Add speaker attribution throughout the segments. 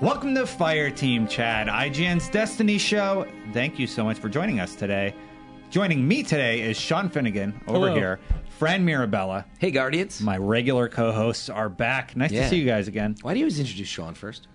Speaker 1: Welcome to Fire Team Chad, IGN's Destiny show. Thank you so much for joining us today. Joining me today is Sean Finnegan over
Speaker 2: Hello.
Speaker 1: here. Fran Mirabella,
Speaker 2: Hey, Guardians.
Speaker 1: my regular co-hosts are back. Nice to
Speaker 2: Yeah.
Speaker 1: see you guys again.
Speaker 2: Why do you always introduce Sean first?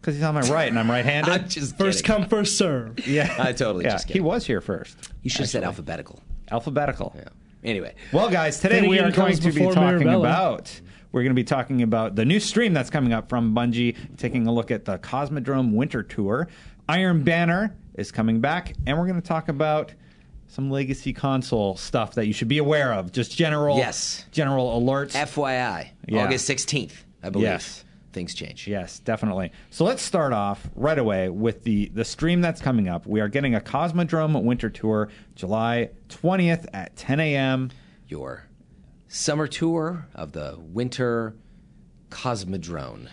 Speaker 1: Because he's on my right and I'm right-handed.
Speaker 2: I'm just
Speaker 3: First
Speaker 2: kidding.
Speaker 3: come, first serve.
Speaker 1: yeah,
Speaker 2: I totally
Speaker 1: yeah.
Speaker 2: just
Speaker 1: He
Speaker 2: kidding.
Speaker 1: was here first,
Speaker 2: you should have said alphabetical.
Speaker 1: alphabetical.
Speaker 2: Yeah. Anyway,
Speaker 1: Well, guys, today we are
Speaker 3: Finnegan
Speaker 1: going
Speaker 3: comes
Speaker 1: to be
Speaker 3: before
Speaker 1: talking
Speaker 3: Mirabella.
Speaker 1: about. We're going to be talking about the new stream that's coming up from Bungie, taking a look at the Cosmodrome Winter Tour. Iron Banner is coming back, and we're going to talk about some legacy console stuff that you should be aware of. Just general,
Speaker 2: Yes.
Speaker 1: general alerts.
Speaker 2: FYI,
Speaker 1: Yeah.
Speaker 2: August 16th, I believe.
Speaker 1: Yes.
Speaker 2: Things change.
Speaker 1: Yes, definitely. So let's start off right away with the the stream that's coming up. We are getting a Cosmodrome Winter Tour, July twentieth at ten a.m.
Speaker 2: Your summer tour of the winter Cosmodrone.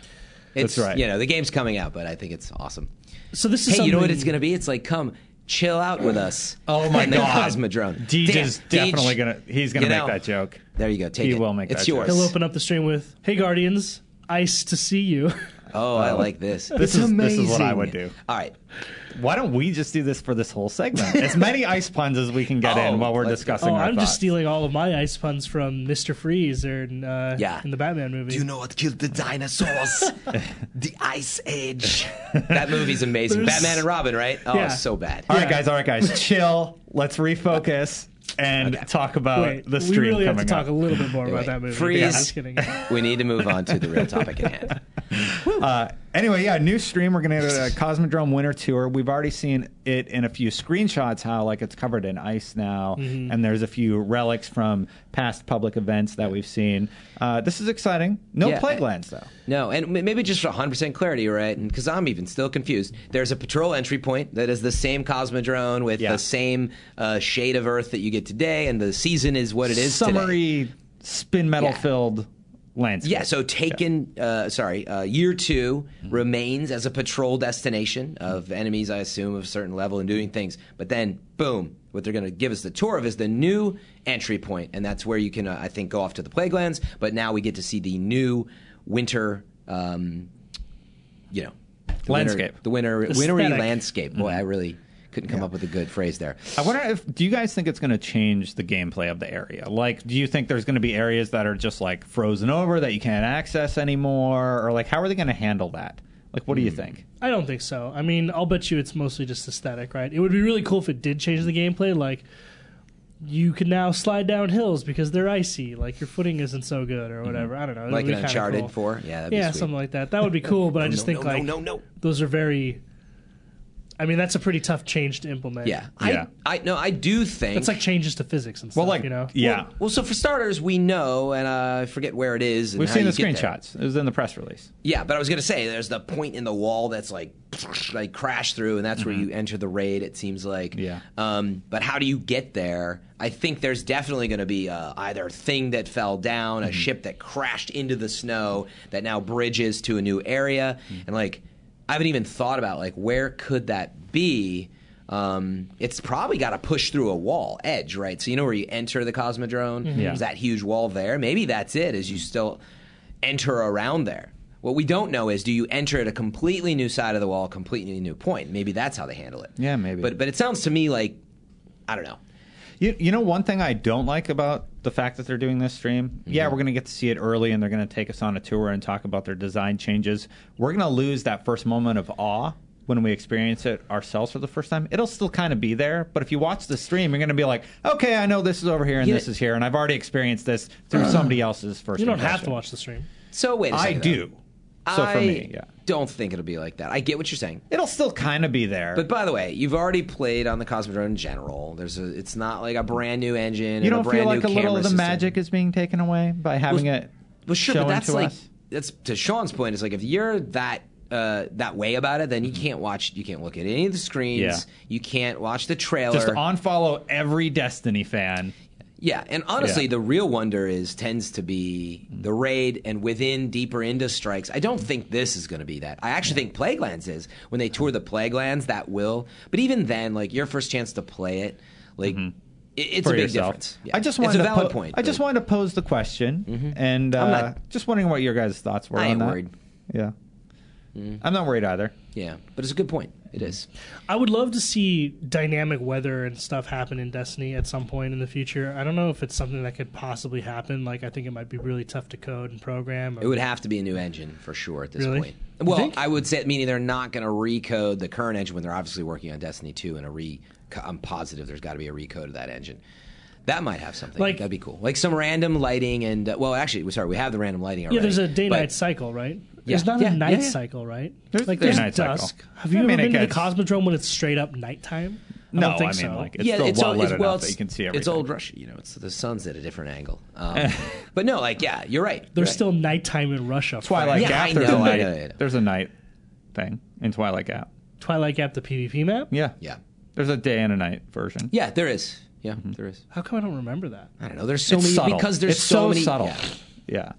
Speaker 2: It's,
Speaker 1: That's right.
Speaker 2: You know, the game's coming out, but I think it's awesome.
Speaker 3: So this is
Speaker 2: Hey,
Speaker 3: something.
Speaker 2: you know what it's going to be? It's like, come chill out with us.
Speaker 1: Oh my
Speaker 2: on the
Speaker 1: God.
Speaker 2: Cosmodrome.
Speaker 1: Deej is
Speaker 2: Damn, Deej,
Speaker 1: definitely gonna- he's gonna
Speaker 2: you
Speaker 1: make that joke.
Speaker 2: There you go. Take
Speaker 1: He
Speaker 2: it.
Speaker 1: will make
Speaker 2: it's
Speaker 1: that joke.
Speaker 2: yours.
Speaker 3: He'll open up the stream with, "Hey, Guardians, ice to see you."
Speaker 2: Oh, I like this.
Speaker 1: This
Speaker 2: It's
Speaker 1: is- this is what I
Speaker 2: amazing.
Speaker 1: would do.
Speaker 2: All right.
Speaker 1: Why don't we just do this for this whole segment? As many ice puns as we can get
Speaker 2: Oh,
Speaker 1: in while we're
Speaker 2: let's go.
Speaker 1: discussing.
Speaker 3: oh,
Speaker 1: our
Speaker 3: I'm
Speaker 1: thoughts.
Speaker 3: just stealing all of my ice puns from Mister Freeze or in, uh,
Speaker 2: Yeah.
Speaker 3: in the Batman movie.
Speaker 2: Do you know what killed the dinosaurs? the Ice Age. That movie's amazing.
Speaker 3: There's-
Speaker 2: Batman and Robin, right? Oh,
Speaker 3: Yeah.
Speaker 2: so bad.
Speaker 1: All right,
Speaker 3: Yeah.
Speaker 1: guys. All right, guys. Chill. Let's refocus and talk about
Speaker 3: Wait,
Speaker 1: the
Speaker 3: we
Speaker 1: stream
Speaker 3: really have
Speaker 1: coming
Speaker 3: to talk a
Speaker 1: up.
Speaker 3: little bit more about
Speaker 2: Wait,
Speaker 3: that movie.
Speaker 2: freeze.
Speaker 3: Yeah, just kidding.
Speaker 2: We need to move on to the real topic at hand.
Speaker 1: Uh, anyway, yeah, new stream. We're gonna do a Cosmodrome Winter Tour. We've already seen it in a few screenshots. How like it's covered in ice now,
Speaker 3: Mm-hmm.
Speaker 1: and there's a few relics from past public events that we've seen. Uh, this is exciting. No
Speaker 2: Yeah.
Speaker 1: plague lands though.
Speaker 2: No, and m- maybe just for 100% clarity, right? Because I'm even still confused. There's a patrol entry point that is the same Cosmodrone with
Speaker 1: Yeah.
Speaker 2: the same uh, shade of Earth that you get today, and the season is what it is today.
Speaker 1: summery spin metal filled landscape.
Speaker 2: Yeah, so Taken, uh, sorry, uh, Year 2
Speaker 3: Mm-hmm.
Speaker 2: remains as a patrol destination of enemies, I assume, of a certain level and doing things. But then, boom, what they're going to give us the tour of is the new entry point, and that's where you can, uh, I think, go off to the Plaguelands. But now we get to see the new winter, um, you know, the winter-
Speaker 1: Landscape.
Speaker 2: the winter, wintry
Speaker 3: Aesthetic. Mm-hmm.
Speaker 2: landscape. Boy, I really couldn't come up with a good phrase there.
Speaker 1: I wonder if do you guys think it's going to change the gameplay of the area? Like, do you think there's going to be areas that are just like frozen over that you can't access anymore, or like how are they going to handle that? Like, what do you
Speaker 3: Hmm.
Speaker 1: think?
Speaker 3: I don't think so. I mean, I'll bet you it's mostly just aesthetic, right? It would be really cool if it did change the gameplay. Like, you can now slide down hills because they're icy. Like, your footing isn't so good or whatever. I don't know. It
Speaker 2: Mm-hmm. Like
Speaker 3: would
Speaker 2: an
Speaker 3: be kinda
Speaker 2: Uncharted
Speaker 3: cool.
Speaker 2: 4? Yeah, that'd be
Speaker 3: yeah,
Speaker 2: sweet.
Speaker 3: something like that. That would be cool, but I just
Speaker 2: no,
Speaker 3: think,
Speaker 2: no,
Speaker 3: like,
Speaker 2: no, no.
Speaker 3: those are very. I mean, that's a pretty tough change to implement.
Speaker 2: Yeah.
Speaker 1: Yeah.
Speaker 2: I, I, no, I do think.
Speaker 3: It's like changes to physics and stuff,
Speaker 1: Well, like,
Speaker 3: you know?
Speaker 1: yeah,
Speaker 2: Well, so for starters, we know, and uh, I forget where it is. and
Speaker 1: we've
Speaker 2: how
Speaker 1: seen the
Speaker 2: you get there.
Speaker 1: screenshots. It was in the press release.
Speaker 2: Yeah, but I was gonna say there's the point in the wall that's like like crash through, and that's where you enter the raid. It seems like.
Speaker 1: Mm-hmm. Yeah.
Speaker 2: Um, but how do you get there? I think there's definitely gonna be uh, either a thing that fell down, a
Speaker 1: Mm-hmm.
Speaker 2: ship that crashed into the snow that now bridges to a new area,
Speaker 1: Mm-hmm.
Speaker 2: and like I haven't even thought about like where could that be. Um, it's probably got to push through a wall edge, right? So you know where you enter the Cosmodrome.
Speaker 1: Mm-hmm. Yeah. Mm-hmm.
Speaker 2: There's that huge wall there. Maybe that's it. As you still enter around there. What we don't know is do you enter at a completely new side of the wall, completely new point? Maybe that's how they handle it.
Speaker 1: Yeah, maybe.
Speaker 2: But but it sounds to me like I don't know.
Speaker 1: You, you know, one thing I don't like about the fact that they're doing this stream, yeah, we're going to get to see it early and they're going to take us on a tour and talk about their design changes. We're going to lose that first moment of awe when we experience it ourselves for the first time. It'll still kind of be there, but if you watch the stream, you're going to be like, okay, I know this is over here and
Speaker 2: Yeah.
Speaker 1: this is here, and I've already experienced this through somebody else's first
Speaker 3: You don't have to
Speaker 1: impression.
Speaker 3: watch the stream.
Speaker 2: So wait a
Speaker 1: I
Speaker 2: second.
Speaker 1: do.
Speaker 2: though.
Speaker 1: So for
Speaker 2: I
Speaker 1: me, yeah.
Speaker 2: Don't think it'll be like that. I get what you're saying.
Speaker 1: It'll still kind of be there.
Speaker 2: But by the way, you've already played on the Cosmodrome in general. There's a, it's not like a brand new engine.
Speaker 1: you
Speaker 2: and
Speaker 1: don't
Speaker 2: a
Speaker 1: feel
Speaker 2: brand
Speaker 1: like
Speaker 2: new
Speaker 1: a little
Speaker 2: camera
Speaker 1: of the
Speaker 2: system.
Speaker 1: magic is being taken away by having it
Speaker 2: Well, sure,
Speaker 1: shown
Speaker 2: but that's
Speaker 1: to
Speaker 2: like
Speaker 1: us?
Speaker 2: that's to Sean's point. Is like if you're that uh, that way about it, then you can't watch, you can't look at any of the screens,
Speaker 1: Yeah.
Speaker 2: you can't watch the trailer.
Speaker 1: Just unfollow every Destiny fan.
Speaker 2: Yeah, and honestly,
Speaker 1: Yeah. Mm.
Speaker 2: the real wonder is tends to be the raid and within deeper into strikes. I don't think this is going to be that. I actually think Plaguelands is when they tour the Plaguelands that will. But even then, like your first chance to play it, like it, it's
Speaker 1: Mm-hmm. for
Speaker 2: a big
Speaker 1: yourself.
Speaker 2: difference. Yeah.
Speaker 1: I just
Speaker 2: it's
Speaker 1: wanted to
Speaker 2: a valid
Speaker 1: po-
Speaker 2: point.
Speaker 1: I just
Speaker 2: but- Mm-hmm.
Speaker 1: wanted to pose the question, and uh,
Speaker 2: not-
Speaker 1: just wondering what your guys' thoughts were
Speaker 2: I
Speaker 1: on
Speaker 2: ain't
Speaker 1: that.
Speaker 2: worried.
Speaker 1: Yeah, I'm not worried either.
Speaker 2: Yeah, but it's a good point. It is.
Speaker 3: I would love to see dynamic weather and stuff happen in Destiny at some point in the future. I don't know if it's something that could possibly happen. Like, I think it might be really tough to code and program. Or,
Speaker 2: It would have to be a new engine for sure at this
Speaker 3: Really?
Speaker 2: point. Well, I would say meaning they're not going to recode the current engine when they're obviously working on Destiny 2 and a re. I'm positive there's got to be a recode of that engine. That might have something.
Speaker 3: Like-
Speaker 2: That'd be cool. Like some random lighting and uh, well, actually, sorry, we have the random lighting already.
Speaker 3: yeah, there's a
Speaker 2: but-
Speaker 3: day-night cycle, right? There's
Speaker 2: Yeah.
Speaker 3: not
Speaker 2: Yeah,
Speaker 3: a
Speaker 2: yeah,
Speaker 3: night
Speaker 2: yeah.
Speaker 3: cycle, right?
Speaker 1: There's
Speaker 3: like
Speaker 1: a
Speaker 3: there's
Speaker 1: day-night cycle.
Speaker 3: dusk. Have you
Speaker 1: I
Speaker 3: ever
Speaker 1: mean, it
Speaker 3: been to the
Speaker 1: gets-
Speaker 3: Cosmodrome when it's straight up nighttime? I
Speaker 1: No,
Speaker 3: don't think
Speaker 1: I mean
Speaker 3: so.
Speaker 1: like it's still well
Speaker 2: all-
Speaker 1: lit enough
Speaker 2: well,
Speaker 1: that
Speaker 2: it's-
Speaker 1: you can see everything.
Speaker 2: It's old Russia, you know. It's the sun's at a different angle. Um, but no, like yeah, you're right.
Speaker 3: There's
Speaker 2: You're right.
Speaker 3: still nighttime in Russia.
Speaker 1: That's why I like
Speaker 2: Yeah,
Speaker 1: Gap.
Speaker 2: I
Speaker 1: there's
Speaker 2: know,
Speaker 1: a
Speaker 2: I
Speaker 1: night.
Speaker 2: know, I know.
Speaker 1: There's a night thing in Twilight Gap.
Speaker 3: Twilight Gap, the PvP map.
Speaker 1: Yeah.
Speaker 2: yeah,
Speaker 1: There's a day and a night version.
Speaker 2: yeah. There is. Yeah,
Speaker 1: Mm-hmm.
Speaker 2: there is.
Speaker 3: How come I don't remember that?
Speaker 2: I don't know. There's so
Speaker 1: It's
Speaker 2: many
Speaker 1: subtle.
Speaker 2: because there's
Speaker 1: It's
Speaker 2: so,
Speaker 1: so
Speaker 2: many.
Speaker 1: subtle.
Speaker 2: yeah.
Speaker 1: Yeah.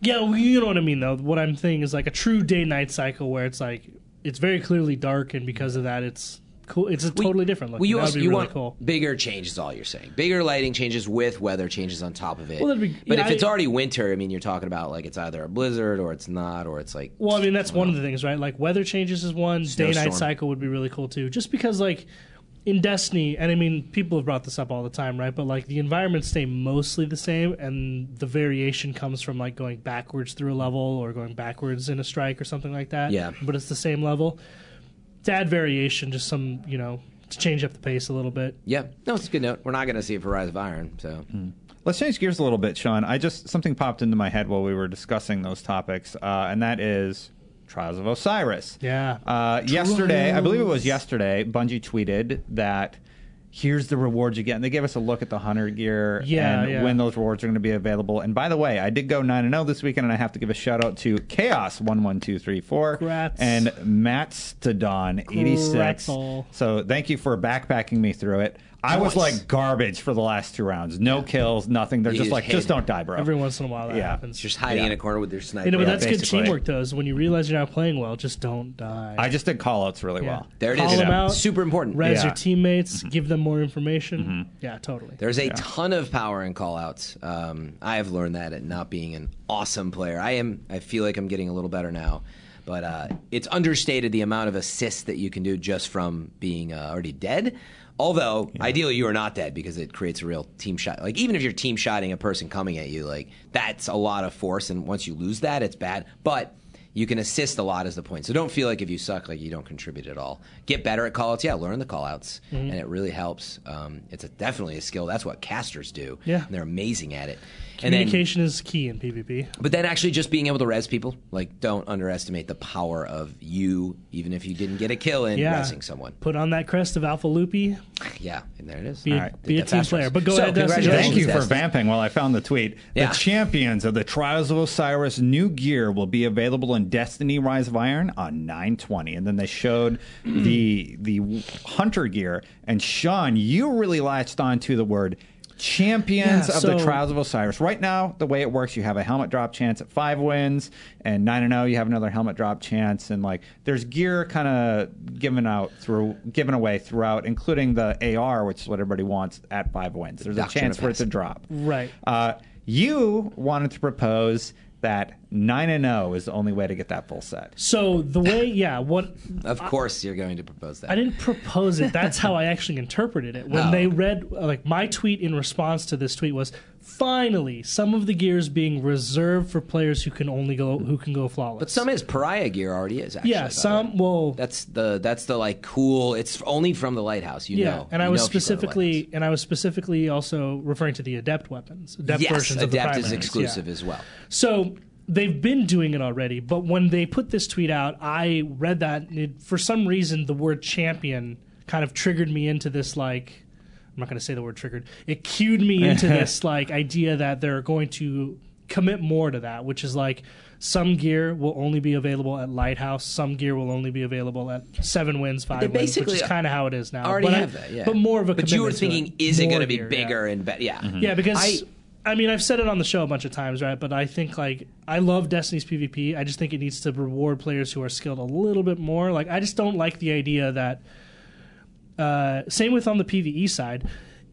Speaker 3: Yeah, well, you know what I mean, though. What I'm saying is like a true day-night cycle where it's like it's very clearly dark, and because of that, it's cool. It's a
Speaker 2: Well,
Speaker 3: totally different look.
Speaker 2: Well, you
Speaker 3: That would
Speaker 2: also
Speaker 3: be
Speaker 2: you
Speaker 3: really
Speaker 2: want
Speaker 3: cool.
Speaker 2: bigger changes. All you're saying, bigger lighting changes with weather changes on top of it.
Speaker 3: Well, that'd be-
Speaker 2: but
Speaker 3: yeah,
Speaker 2: if
Speaker 3: I-
Speaker 2: it's already winter, I mean, you're talking about like it's either a blizzard or it's not, or it's like
Speaker 3: Well, I mean, that's one of the things, right? Like weather changes is one. Day
Speaker 2: Snowstorm.
Speaker 3: night cycle would be really cool too, just because like in Destiny, and I mean, people have brought this up all the time, right? But like the environments stay mostly the same, and the variation comes from like going backwards through a level or going backwards in a strike or something like that.
Speaker 2: Yeah.
Speaker 3: but it's the same level. To add variation, just some you know to change up the pace a little bit.
Speaker 2: yeah. No, it's a good note. We're not going to see it for Rise of Iron, so
Speaker 3: Hmm.
Speaker 1: Let's change gears a little bit, Sean. I just something popped into my head while we were discussing those topics, uh, and that is Trials of Osiris.
Speaker 3: Yeah.
Speaker 1: Uh, yesterday, I believe it was yesterday, Bungie tweeted that here's the rewards you get. And they gave us a look at the hunter gear
Speaker 3: Yeah,
Speaker 1: and
Speaker 3: yeah.
Speaker 1: when those rewards are going to be available. And by the way, I did go 9 and 0 this weekend, and I have to give a shout out to Chaos11234
Speaker 3: Congrats.
Speaker 1: and Mattstodon86.
Speaker 3: Gratzle.
Speaker 1: So thank you for backpacking me through it. I was
Speaker 2: Nice.
Speaker 1: like garbage for the last two rounds. No kills, nothing. They're
Speaker 2: You
Speaker 1: just
Speaker 2: just
Speaker 1: like,
Speaker 2: hid.
Speaker 1: just don't die, bro.
Speaker 3: Every once in a while that
Speaker 1: Yeah.
Speaker 3: happens.
Speaker 2: it's just hiding
Speaker 1: Yeah.
Speaker 2: in a corner with your sniper.
Speaker 3: you know, but that's
Speaker 1: basically.
Speaker 3: good teamwork, though, is when you realize you're not playing well, just don't die.
Speaker 1: I just did call outs really well.
Speaker 2: There it
Speaker 3: Call
Speaker 2: is.
Speaker 3: them
Speaker 1: Yeah.
Speaker 3: out.
Speaker 2: Super important.
Speaker 3: Res
Speaker 1: Yeah.
Speaker 3: your teammates. Give them more information. Yeah, totally.
Speaker 2: There's a ton of power in callouts. Um, I have learned that at not being an awesome player. I am. I feel like I'm getting a little better now, but uh, it's understated the amount of assists that you can do just from being uh, already dead. Although ideally you are not dead because it creates a real team shot. Like even if you're team shotting a person coming at you, like that's a lot of force, and once you lose that, it's bad. But you can assist a lot is the point. So don't feel like if you suck, like you don't contribute at all. Get better at callouts. Yeah, learn the callouts,
Speaker 3: Mm-hmm.
Speaker 2: and it really helps. Um, it's a, definitely a skill. That's what casters do.
Speaker 3: Yeah.
Speaker 2: and they're amazing at it. And then,
Speaker 3: Communication is key in PvP.
Speaker 2: but then actually just being able to res people. Like, don't underestimate the power of you, even if you didn't get a kill in
Speaker 3: Yeah.
Speaker 2: resing someone.
Speaker 3: Put on that crest of Alpha Loopy.
Speaker 2: Yeah, and there it is.
Speaker 3: Be a,
Speaker 2: All right.
Speaker 3: be a
Speaker 2: That's
Speaker 3: team
Speaker 2: fast
Speaker 3: player.
Speaker 2: res.
Speaker 3: But go
Speaker 2: So,
Speaker 3: ahead, Dustin.
Speaker 2: congratulations.
Speaker 1: Thank you for
Speaker 2: Dustin.
Speaker 1: vamping while I found the tweet.
Speaker 2: Yeah.
Speaker 1: The champions of the Trials of Osiris new gear will be available in Destiny Rise of Iron on 920. And then they showed the the hunter gear. And Sean, you really latched on to the word champions
Speaker 3: Yeah,
Speaker 1: of the
Speaker 3: so-
Speaker 1: Trials of Osiris. Right now, the way it works, you have a helmet drop chance at five wins, and 9 and 0, you have another helmet drop chance. And like there's gear kind of given out through given away throughout, including the AR, which is what everybody wants at five wins. There's there's a
Speaker 2: Doctrine
Speaker 1: chance
Speaker 2: of
Speaker 1: for it to
Speaker 2: Pest.
Speaker 1: drop.
Speaker 3: Right.
Speaker 1: Uh, you wanted to propose that 9 and 0 is the only way to get that full set.
Speaker 3: So the way, yeah, what
Speaker 2: Of course, you're going to propose that.
Speaker 3: I didn't propose it. That's how I actually interpreted it. When
Speaker 2: Oh.
Speaker 3: they read, like, my tweet in response to this tweet was, "Finally, some of the gears being reserved for players who can only go who can go flawless."
Speaker 2: But some is pariah gear already is actually. by
Speaker 3: yeah,
Speaker 2: the way.
Speaker 3: some. Well,
Speaker 2: That's the that's the like cool. It's only from the lighthouse. You
Speaker 3: yeah,
Speaker 2: know.
Speaker 3: and I
Speaker 2: You
Speaker 3: was
Speaker 2: know people at the lighthouse.
Speaker 3: specifically, and I was specifically also referring to the adept weapons, adept
Speaker 2: yes,
Speaker 3: versions of the
Speaker 2: adept is
Speaker 3: primaries,
Speaker 2: exclusive
Speaker 3: yeah.
Speaker 2: as well.
Speaker 3: So they've been doing it already, but when they put this tweet out, I read that and it, for some reason the word champion kind of triggered me into this like I'm not going to say the word triggered. It cued me into this like idea that they're going to commit more to that, which is like some gear will only be available at Lighthouse, some gear will only be available at Seven Wins, Five
Speaker 2: they
Speaker 3: Wins, which
Speaker 2: basically
Speaker 3: is kind of how it is now.
Speaker 2: already
Speaker 3: Uh, but I-
Speaker 2: have that, yeah.
Speaker 3: But more of a
Speaker 2: But you were
Speaker 3: commitment to
Speaker 2: thinking, is it
Speaker 3: More
Speaker 2: going to be
Speaker 3: gear, yeah. Mm-hmm.
Speaker 2: bigger and better? Yeah.
Speaker 3: Yeah, because
Speaker 2: Mm-hmm. I-
Speaker 3: I, mean, I've said it on the show a bunch of times, right? But I think like I love Destiny's PvP. I just think it needs to reward players who are skilled a little bit more. Like I just don't like the idea that uh, same with on the PVE side.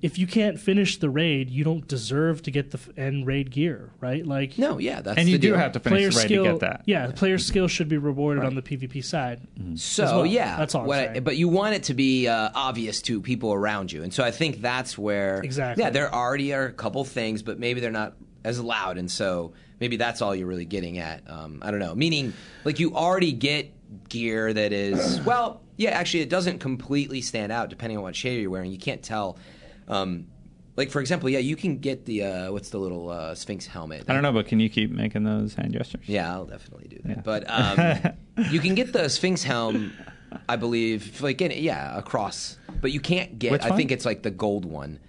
Speaker 3: if you can't finish the raid, you don't deserve to get the f- end raid gear, right? Like
Speaker 2: No, yeah, that's
Speaker 1: and you
Speaker 2: the
Speaker 1: do
Speaker 2: deal.
Speaker 1: have to finish the raid
Speaker 3: skill
Speaker 1: to get that.
Speaker 3: Yeah, player skill should be rewarded on the PvP side.
Speaker 2: So
Speaker 3: well.
Speaker 2: yeah,
Speaker 3: That's all I'm
Speaker 2: what I-
Speaker 3: saying.
Speaker 2: but you want it to be uh, obvious to people around you, and so I think that's where
Speaker 3: Exactly.
Speaker 2: Yeah, there already are a couple things, but maybe they're not as loud, and so maybe that's all you're really getting at. Um, I don't know. Meaning, like you already get gear that is well, yeah. Actually, it doesn't completely stand out depending on what shader you're wearing. You can't tell. Um, like for example, yeah, you can get the uh, what's the little uh, Sphinx helmet?
Speaker 1: I don't know, but can you keep making those hand gestures?
Speaker 2: Yeah, I'll definitely do that.
Speaker 1: Yeah.
Speaker 2: But um, you can get the Sphinx helm, I believe, like in, yeah, across. But you can't get.
Speaker 1: Which
Speaker 2: I
Speaker 1: one?
Speaker 2: think it's like the gold one.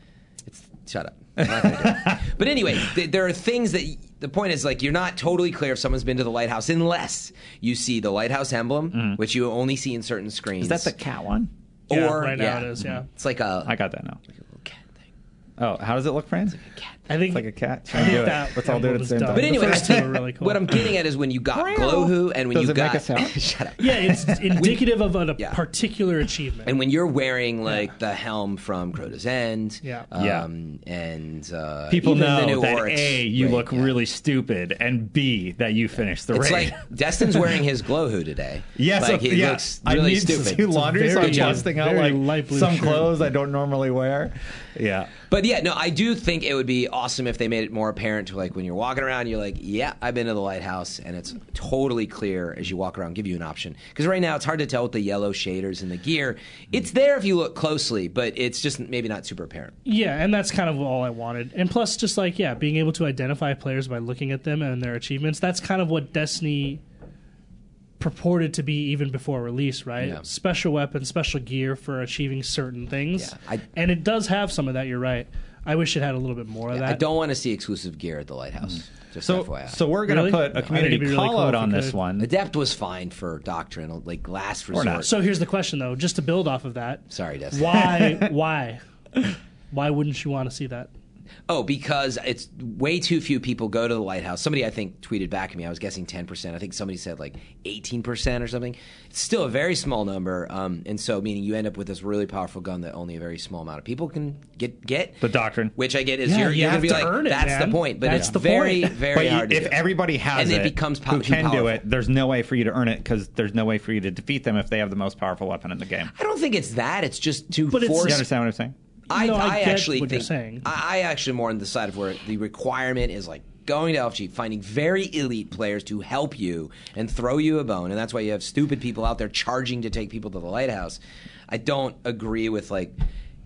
Speaker 2: It's shut up. I'm not gonna do it. but anyway, th- there are things that. y- The point is, like, you're not totally clear if someone's been to the lighthouse unless you see the lighthouse emblem,
Speaker 3: Mm-hmm.
Speaker 2: which you only see in certain screens.
Speaker 1: Is that the cat one?
Speaker 2: or Mm-hmm.
Speaker 3: Yeah, right now it is, yeah.
Speaker 2: it's like a
Speaker 1: I got that now.
Speaker 2: little cat thing.
Speaker 1: Oh, how does it look, Fran? It's
Speaker 2: Cat.
Speaker 3: I think
Speaker 1: like a cat. Try and
Speaker 3: think
Speaker 1: do it.
Speaker 3: that
Speaker 1: Let's all do it at the
Speaker 3: was
Speaker 1: same
Speaker 3: dumb.
Speaker 1: time.
Speaker 2: But
Speaker 3: The
Speaker 2: anyway,
Speaker 3: first two are really cool.
Speaker 2: what I'm getting at is when you got Glowhoo and when
Speaker 1: Does
Speaker 2: you
Speaker 1: it make
Speaker 2: got
Speaker 1: a sound?
Speaker 2: shut up.
Speaker 3: yeah, it's indicative of a
Speaker 2: Yeah.
Speaker 3: particular achievement.
Speaker 2: And when you're wearing like the helm from Crota's End,
Speaker 3: Yeah.
Speaker 1: Yeah.
Speaker 2: um, and uh,
Speaker 1: People
Speaker 2: even the
Speaker 1: know
Speaker 2: new
Speaker 1: that
Speaker 2: Oryx
Speaker 1: A, you
Speaker 2: raid,
Speaker 1: look
Speaker 2: yeah.
Speaker 1: really stupid, and B, that you finished the
Speaker 2: It's
Speaker 1: raid.
Speaker 2: like Destin's wearing his Glohu today.
Speaker 1: Yes,
Speaker 2: like
Speaker 1: uh,
Speaker 2: he
Speaker 1: yeah.
Speaker 2: looks
Speaker 1: I
Speaker 2: really
Speaker 1: need to do
Speaker 2: stupid.
Speaker 1: laundry, so
Speaker 3: very-
Speaker 1: I'm busting out
Speaker 3: very
Speaker 1: like
Speaker 3: light blue
Speaker 1: some
Speaker 3: shirt.
Speaker 1: clothes I don't normally wear. Yeah,
Speaker 2: But yeah, no, I do think it would be awesome if they made it more apparent to like when you're walking around, you're like, yeah, I've been to the lighthouse, and it's totally clear as you walk around, give you an option. Because right now it's hard to tell with the yellow shaders and the gear. It's there if you look closely, but it's just maybe not super apparent.
Speaker 3: Yeah, and that's kind of all I wanted. And plus, just like, yeah, being able to identify players by looking at them and their achievements, that's kind of what Destiny purported to be even before release, right?
Speaker 2: Yeah.
Speaker 3: Special weapons, special gear for achieving certain things.
Speaker 2: Yeah, I-
Speaker 3: and it does have some of that, you're right. I wish it had a little bit more of that.
Speaker 2: I don't want to see exclusive gear at the lighthouse. Just
Speaker 1: so
Speaker 2: FYI.
Speaker 1: so we're gonna
Speaker 3: Really?
Speaker 1: put
Speaker 3: No, I
Speaker 1: a
Speaker 3: think
Speaker 1: community
Speaker 3: it'd be really
Speaker 1: call
Speaker 3: cool
Speaker 1: out
Speaker 3: if we
Speaker 1: on this
Speaker 3: could.
Speaker 1: one.
Speaker 2: Adept was fine for doctrinal, like last resort.
Speaker 1: not.
Speaker 3: So here's the question, though, just to build off of that.
Speaker 2: Sorry, Destiny.
Speaker 3: Why? why? Why wouldn't you want to see that?
Speaker 2: Oh, because it's way too few people go to the lighthouse. Somebody I think tweeted back at me. I was guessing ten percent. I think somebody said like eighteen percent or something. It's still a very small number, um, and so meaning you end up with this really powerful gun that only a very small amount of people can get. Get
Speaker 1: The doctrine.
Speaker 2: which I get is
Speaker 3: Yeah,
Speaker 2: you're,
Speaker 3: you
Speaker 2: you're
Speaker 3: have
Speaker 2: gonna be
Speaker 3: to
Speaker 2: like
Speaker 3: earn it,
Speaker 2: that's
Speaker 3: man.
Speaker 2: the point, but
Speaker 3: That's
Speaker 2: it's
Speaker 3: the
Speaker 2: very
Speaker 3: point.
Speaker 2: very
Speaker 1: But you-
Speaker 2: hard. to
Speaker 1: if
Speaker 2: do.
Speaker 1: everybody has
Speaker 2: and
Speaker 1: it,
Speaker 2: it becomes po-
Speaker 1: who
Speaker 2: too
Speaker 1: can do
Speaker 2: powerful.
Speaker 1: it, there's no way for you to earn it because there's no way for you to defeat them if they have the most powerful weapon in the game.
Speaker 2: I don't think it's that. It's just to
Speaker 3: But it's-
Speaker 2: force
Speaker 1: You understand what I'm saying?
Speaker 2: I,
Speaker 3: No, I
Speaker 2: I
Speaker 3: get
Speaker 2: actually
Speaker 3: what you're
Speaker 2: think
Speaker 3: saying.
Speaker 2: I, I actually more on the side of where the requirement is like going to LFG, finding very elite players to help you and throw you a bone, and that's why you have stupid people out there charging to take people to the lighthouse. I don't agree with like.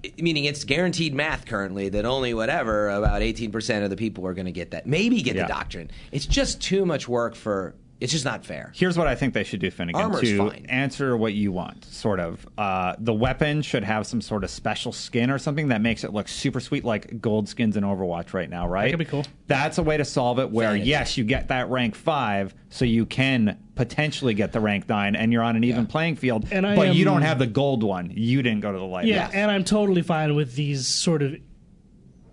Speaker 2: i- Meaning, it's guaranteed math currently that only whatever about eighteen percent of the people are going to get that. Maybe get
Speaker 1: Yeah.
Speaker 2: the doctrine. It's just too much work for. It's just not fair.
Speaker 1: Here's what I think they should do, Finnegan,
Speaker 2: Armor's
Speaker 1: to
Speaker 2: fine.
Speaker 1: answer what you want, sort of. Uh, the weapon should have some sort of special skin or something that makes it look super sweet, like gold skins in Overwatch right now, right?
Speaker 3: could be cool.
Speaker 1: That's a way to solve it where,
Speaker 2: Vanity.
Speaker 1: yes, you get that rank five, so you can potentially get the rank nine, and you're on an even playing field,
Speaker 3: And I
Speaker 1: but you
Speaker 3: am-
Speaker 1: don't have the gold one. You didn't go to the light.
Speaker 3: Yeah, and I'm totally fine with these sort of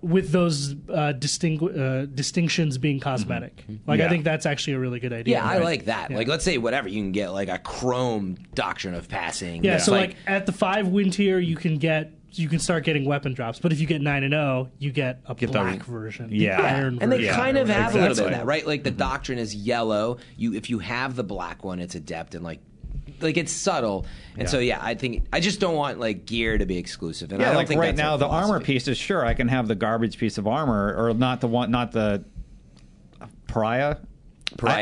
Speaker 3: with those uh, distingu- uh, distinctions being cosmetic. Like I
Speaker 1: Mm-hmm. Yeah.
Speaker 3: think that's actually a really good idea.
Speaker 2: Yeah, I
Speaker 3: right?
Speaker 2: like that. Like, let's say whatever you can get, like a chrome doctrine of passing.
Speaker 3: Yeah,
Speaker 2: that's
Speaker 3: so like, at the five win tier, you can get you can start getting weapon drops, but if you get nine and zero, you get a
Speaker 1: the-
Speaker 3: black version, the
Speaker 1: Yeah.
Speaker 3: iron
Speaker 2: and they
Speaker 3: version.
Speaker 2: kind of have a little bit of
Speaker 1: Exactly. Mm-hmm.
Speaker 2: that, right? Like the doctrine is yellow. You if you have the black one, it's adept and like like it's subtle. And so yeah, I think I just don't want like gear to be exclusive. And I
Speaker 1: Yeah,
Speaker 2: don't
Speaker 1: like
Speaker 2: think
Speaker 1: right
Speaker 2: that's a
Speaker 1: now, the armor
Speaker 2: philosophy.
Speaker 1: piece is sure I can have the garbage piece of armor, or not the one, not the pariah.
Speaker 2: Pariah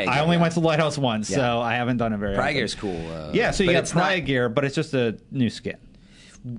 Speaker 1: I, I
Speaker 2: gear,
Speaker 1: only
Speaker 2: yeah.
Speaker 1: went to the lighthouse once,
Speaker 2: Yeah.
Speaker 1: so I haven't done it very.
Speaker 2: Pariah
Speaker 1: often.
Speaker 2: gear's cool. Uh,
Speaker 1: Yeah, so you
Speaker 2: but
Speaker 1: got
Speaker 2: it's not-
Speaker 1: pry gear, but it's just a new skin,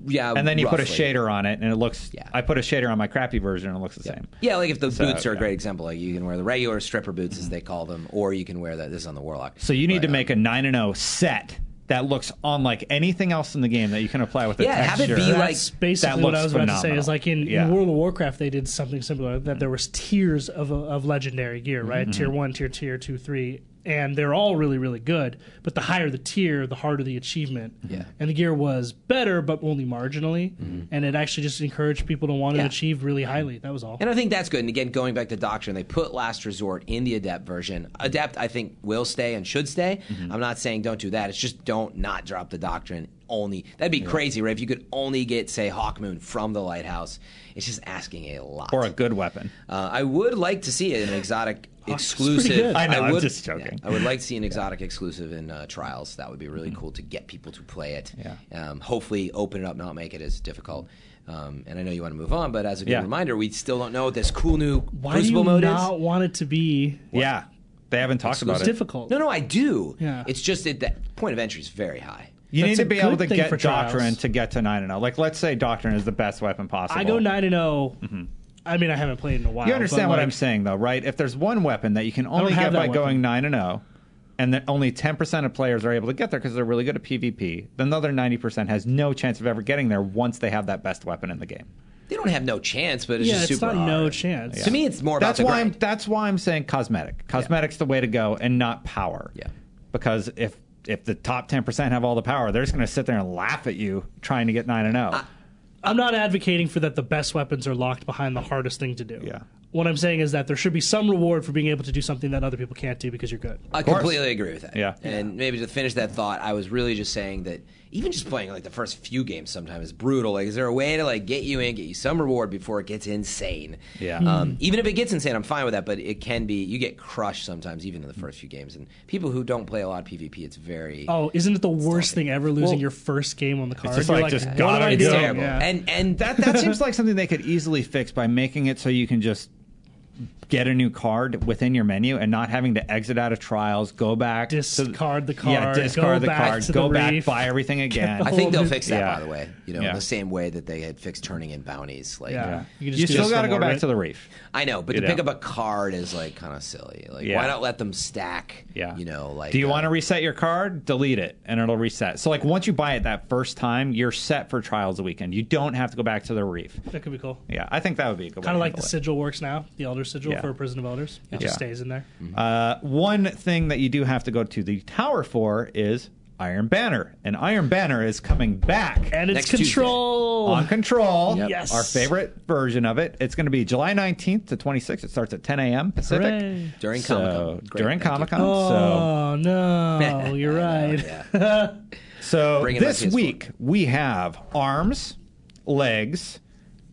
Speaker 2: Yeah,
Speaker 1: and then you put a
Speaker 2: roughly.
Speaker 1: shader on it, and it looks.
Speaker 2: Yeah.
Speaker 1: I put a shader on my crappy version, and it looks the same.
Speaker 2: Yeah, like if the
Speaker 1: So,
Speaker 2: boots are a
Speaker 1: yeah. Mm-hmm.
Speaker 2: great example. Like you can wear the regular stripper boots as they call them, or you can wear that. This is on the warlock.
Speaker 1: So you need
Speaker 2: But,
Speaker 1: to make a nine and zero set that looks unlike anything else in the game that you can apply with a
Speaker 2: Yeah, have it
Speaker 1: texture.
Speaker 2: be like-
Speaker 3: That's basically
Speaker 1: That
Speaker 3: what
Speaker 1: looks
Speaker 3: I was about to say.
Speaker 1: phenomenal.
Speaker 3: Is like in, in
Speaker 1: Yeah.
Speaker 3: World of Warcraft, they did something similar. That there was tiers of of legendary gear, right?
Speaker 1: Mm-hmm.
Speaker 3: Tier one, tier two, tier two, three, and they're all really really good. But the higher the tier, the harder the achievement.
Speaker 2: Yeah. Mm-hmm.
Speaker 3: And the gear was better, but only marginally. And it actually just encouraged people to want
Speaker 2: Yeah.
Speaker 3: to achieve really highly. That was all.
Speaker 2: And I think that's good. And again, going back to Doctrine, they put Last Resort in the Adept version.
Speaker 1: Mm-hmm.
Speaker 2: Adept, I think, will stay and should stay. I'm not saying don't do that. It's just don't not drop the Doctrine only that'd be crazy, right? If you could only get say Hawkmoon from the lighthouse, it's just asking a lot.
Speaker 1: or a good weapon.
Speaker 2: Uh, I would like to see an exotic
Speaker 3: pretty
Speaker 2: exclusive.
Speaker 3: good.
Speaker 1: I know, I'm
Speaker 2: would,
Speaker 1: just joking. Mm-hmm.
Speaker 2: yeah, I would like to see an exotic exclusive in uh, Trials. That would be really cool to get people to play it.
Speaker 1: Yeah.
Speaker 2: Um, hopefully, open it up, not make it as difficult. Um, and I know you want to move on, but as a good
Speaker 1: Yeah.
Speaker 2: reminder, we still don't know what this cool new
Speaker 3: Why do
Speaker 2: Crucible
Speaker 3: you
Speaker 2: mode
Speaker 3: not
Speaker 2: is.
Speaker 3: want it to be
Speaker 1: Yeah, they haven't talked about
Speaker 3: it's
Speaker 1: it.
Speaker 3: difficult?
Speaker 2: No, no, I do.
Speaker 3: Yeah.
Speaker 2: It's just that the point of entry is very high.
Speaker 1: You
Speaker 3: That's
Speaker 1: need
Speaker 3: a
Speaker 1: to be able
Speaker 3: good
Speaker 1: to
Speaker 3: thing
Speaker 1: get
Speaker 3: for trials.
Speaker 1: Doctrine to get to 9 and 0. Like, let's say Doctrine is the best weapon possible.
Speaker 3: I go nine and zero.
Speaker 1: Mm-hmm.
Speaker 3: I mean, I haven't played in a while.
Speaker 1: You understand
Speaker 3: but,
Speaker 1: what
Speaker 3: like,
Speaker 1: I'm saying, though, right? If there's one weapon that you can only get
Speaker 3: have that
Speaker 1: by
Speaker 3: weapon.
Speaker 1: going 9 and 0, and that only 10% of players are able to get there because they're really good at PvP, then the other 90% has no chance of ever getting there once they have that best weapon in the game.
Speaker 2: They don't have no chance, but it's
Speaker 3: Yeah,
Speaker 2: just
Speaker 3: it's
Speaker 2: super
Speaker 3: not no
Speaker 2: hard.
Speaker 3: chance.
Speaker 2: To me, it's more
Speaker 1: That's
Speaker 2: about the
Speaker 1: why I'm
Speaker 2: grind.
Speaker 1: that's why I'm saying cosmetic. Cosmetic's the way to go and not power.
Speaker 2: Yeah.
Speaker 1: Because if if the top 10% have all the power, they're just going to sit there and laugh at you trying to get 9 and oh. 0.
Speaker 3: I'm not advocating for that the best weapons are locked behind the hardest thing to do.
Speaker 1: Yeah.
Speaker 3: What I'm saying is that there should be some reward for being able to do something that other people can't do because you're good.
Speaker 2: I
Speaker 1: course.
Speaker 2: completely agree with that.
Speaker 1: Yeah.
Speaker 2: And maybe to finish that thought, I was really just saying that even just playing like the first few games sometimes is brutal. Like, is there a way to like get you in, get you some reward before it gets insane?
Speaker 1: Yeah.
Speaker 2: Um, even if it gets insane, I'm fine with that. But it can be you get crushed sometimes, even in the first few games. And people who don't play a lot of PvP, it's very
Speaker 3: Oh, isn't it the worst thing ever losing
Speaker 1: Well,
Speaker 3: your first game on the card?
Speaker 1: just
Speaker 3: You're
Speaker 1: like, just
Speaker 3: what
Speaker 1: gotta
Speaker 3: am
Speaker 1: do
Speaker 3: I
Speaker 2: it's
Speaker 1: it.
Speaker 3: doing?
Speaker 2: terrible.
Speaker 3: Yeah.
Speaker 2: And and that
Speaker 1: that
Speaker 2: that's
Speaker 1: seems like something they could easily fix by making it so you can just get a new card within your menu and not having to exit out of trials, go back, to-
Speaker 3: Discard the
Speaker 1: yeah,
Speaker 3: card,
Speaker 1: discard
Speaker 3: go
Speaker 1: the
Speaker 3: back
Speaker 1: card,
Speaker 3: to
Speaker 1: go
Speaker 3: the
Speaker 1: back,
Speaker 3: reef.
Speaker 1: buy everything again.
Speaker 2: I think they'll
Speaker 3: Hold it.
Speaker 2: fix that,
Speaker 1: Yeah.
Speaker 2: by the way. You know,
Speaker 1: Yeah.
Speaker 2: the same way that they had fixed turning in bounties. Like,
Speaker 3: Yeah. You
Speaker 1: you
Speaker 3: can just do
Speaker 1: still
Speaker 3: some
Speaker 1: got to go
Speaker 3: more,
Speaker 1: back
Speaker 3: right?
Speaker 1: to the reef.
Speaker 2: I know, but
Speaker 1: You
Speaker 2: to
Speaker 1: know.
Speaker 2: pick up a card is like kind of silly. Like,
Speaker 1: Yeah.
Speaker 2: why not let them stack?
Speaker 1: Yeah,
Speaker 2: you know, like.
Speaker 1: do you
Speaker 2: uh,
Speaker 1: want to reset your card? Delete it, and it'll reset. So like once you buy it that first time, you're set for trials the weekend. You don't have to go back to the reef.
Speaker 3: That could be cool.
Speaker 1: Yeah, I think that would be a good. way
Speaker 3: Kind
Speaker 1: to
Speaker 3: of like
Speaker 1: handle
Speaker 3: the
Speaker 1: it.
Speaker 3: sigil works now, the Elder Sigil
Speaker 1: Yeah.
Speaker 3: for Prison of Elders. It
Speaker 1: Yeah.
Speaker 3: just stays in there.
Speaker 1: Uh, one thing that you do have to go to the tower for is Iron Banner, and Iron Banner is coming back
Speaker 3: And it's
Speaker 2: Next Tuesday.
Speaker 3: control.
Speaker 1: on Control.
Speaker 2: Yep.
Speaker 3: Yes.
Speaker 1: our favorite version of it. It's going to be July nineteenth to twenty sixth. It starts at ten a.m. Pacific
Speaker 3: Hooray.
Speaker 2: During
Speaker 1: So,
Speaker 2: Comic-Con. Great,
Speaker 1: During
Speaker 2: thank you.
Speaker 1: Comic Con,
Speaker 3: Oh, no. You're right.
Speaker 2: Yeah.
Speaker 1: so so
Speaker 2: Bring it on
Speaker 1: this
Speaker 2: PS4.
Speaker 1: week we have arms, legs.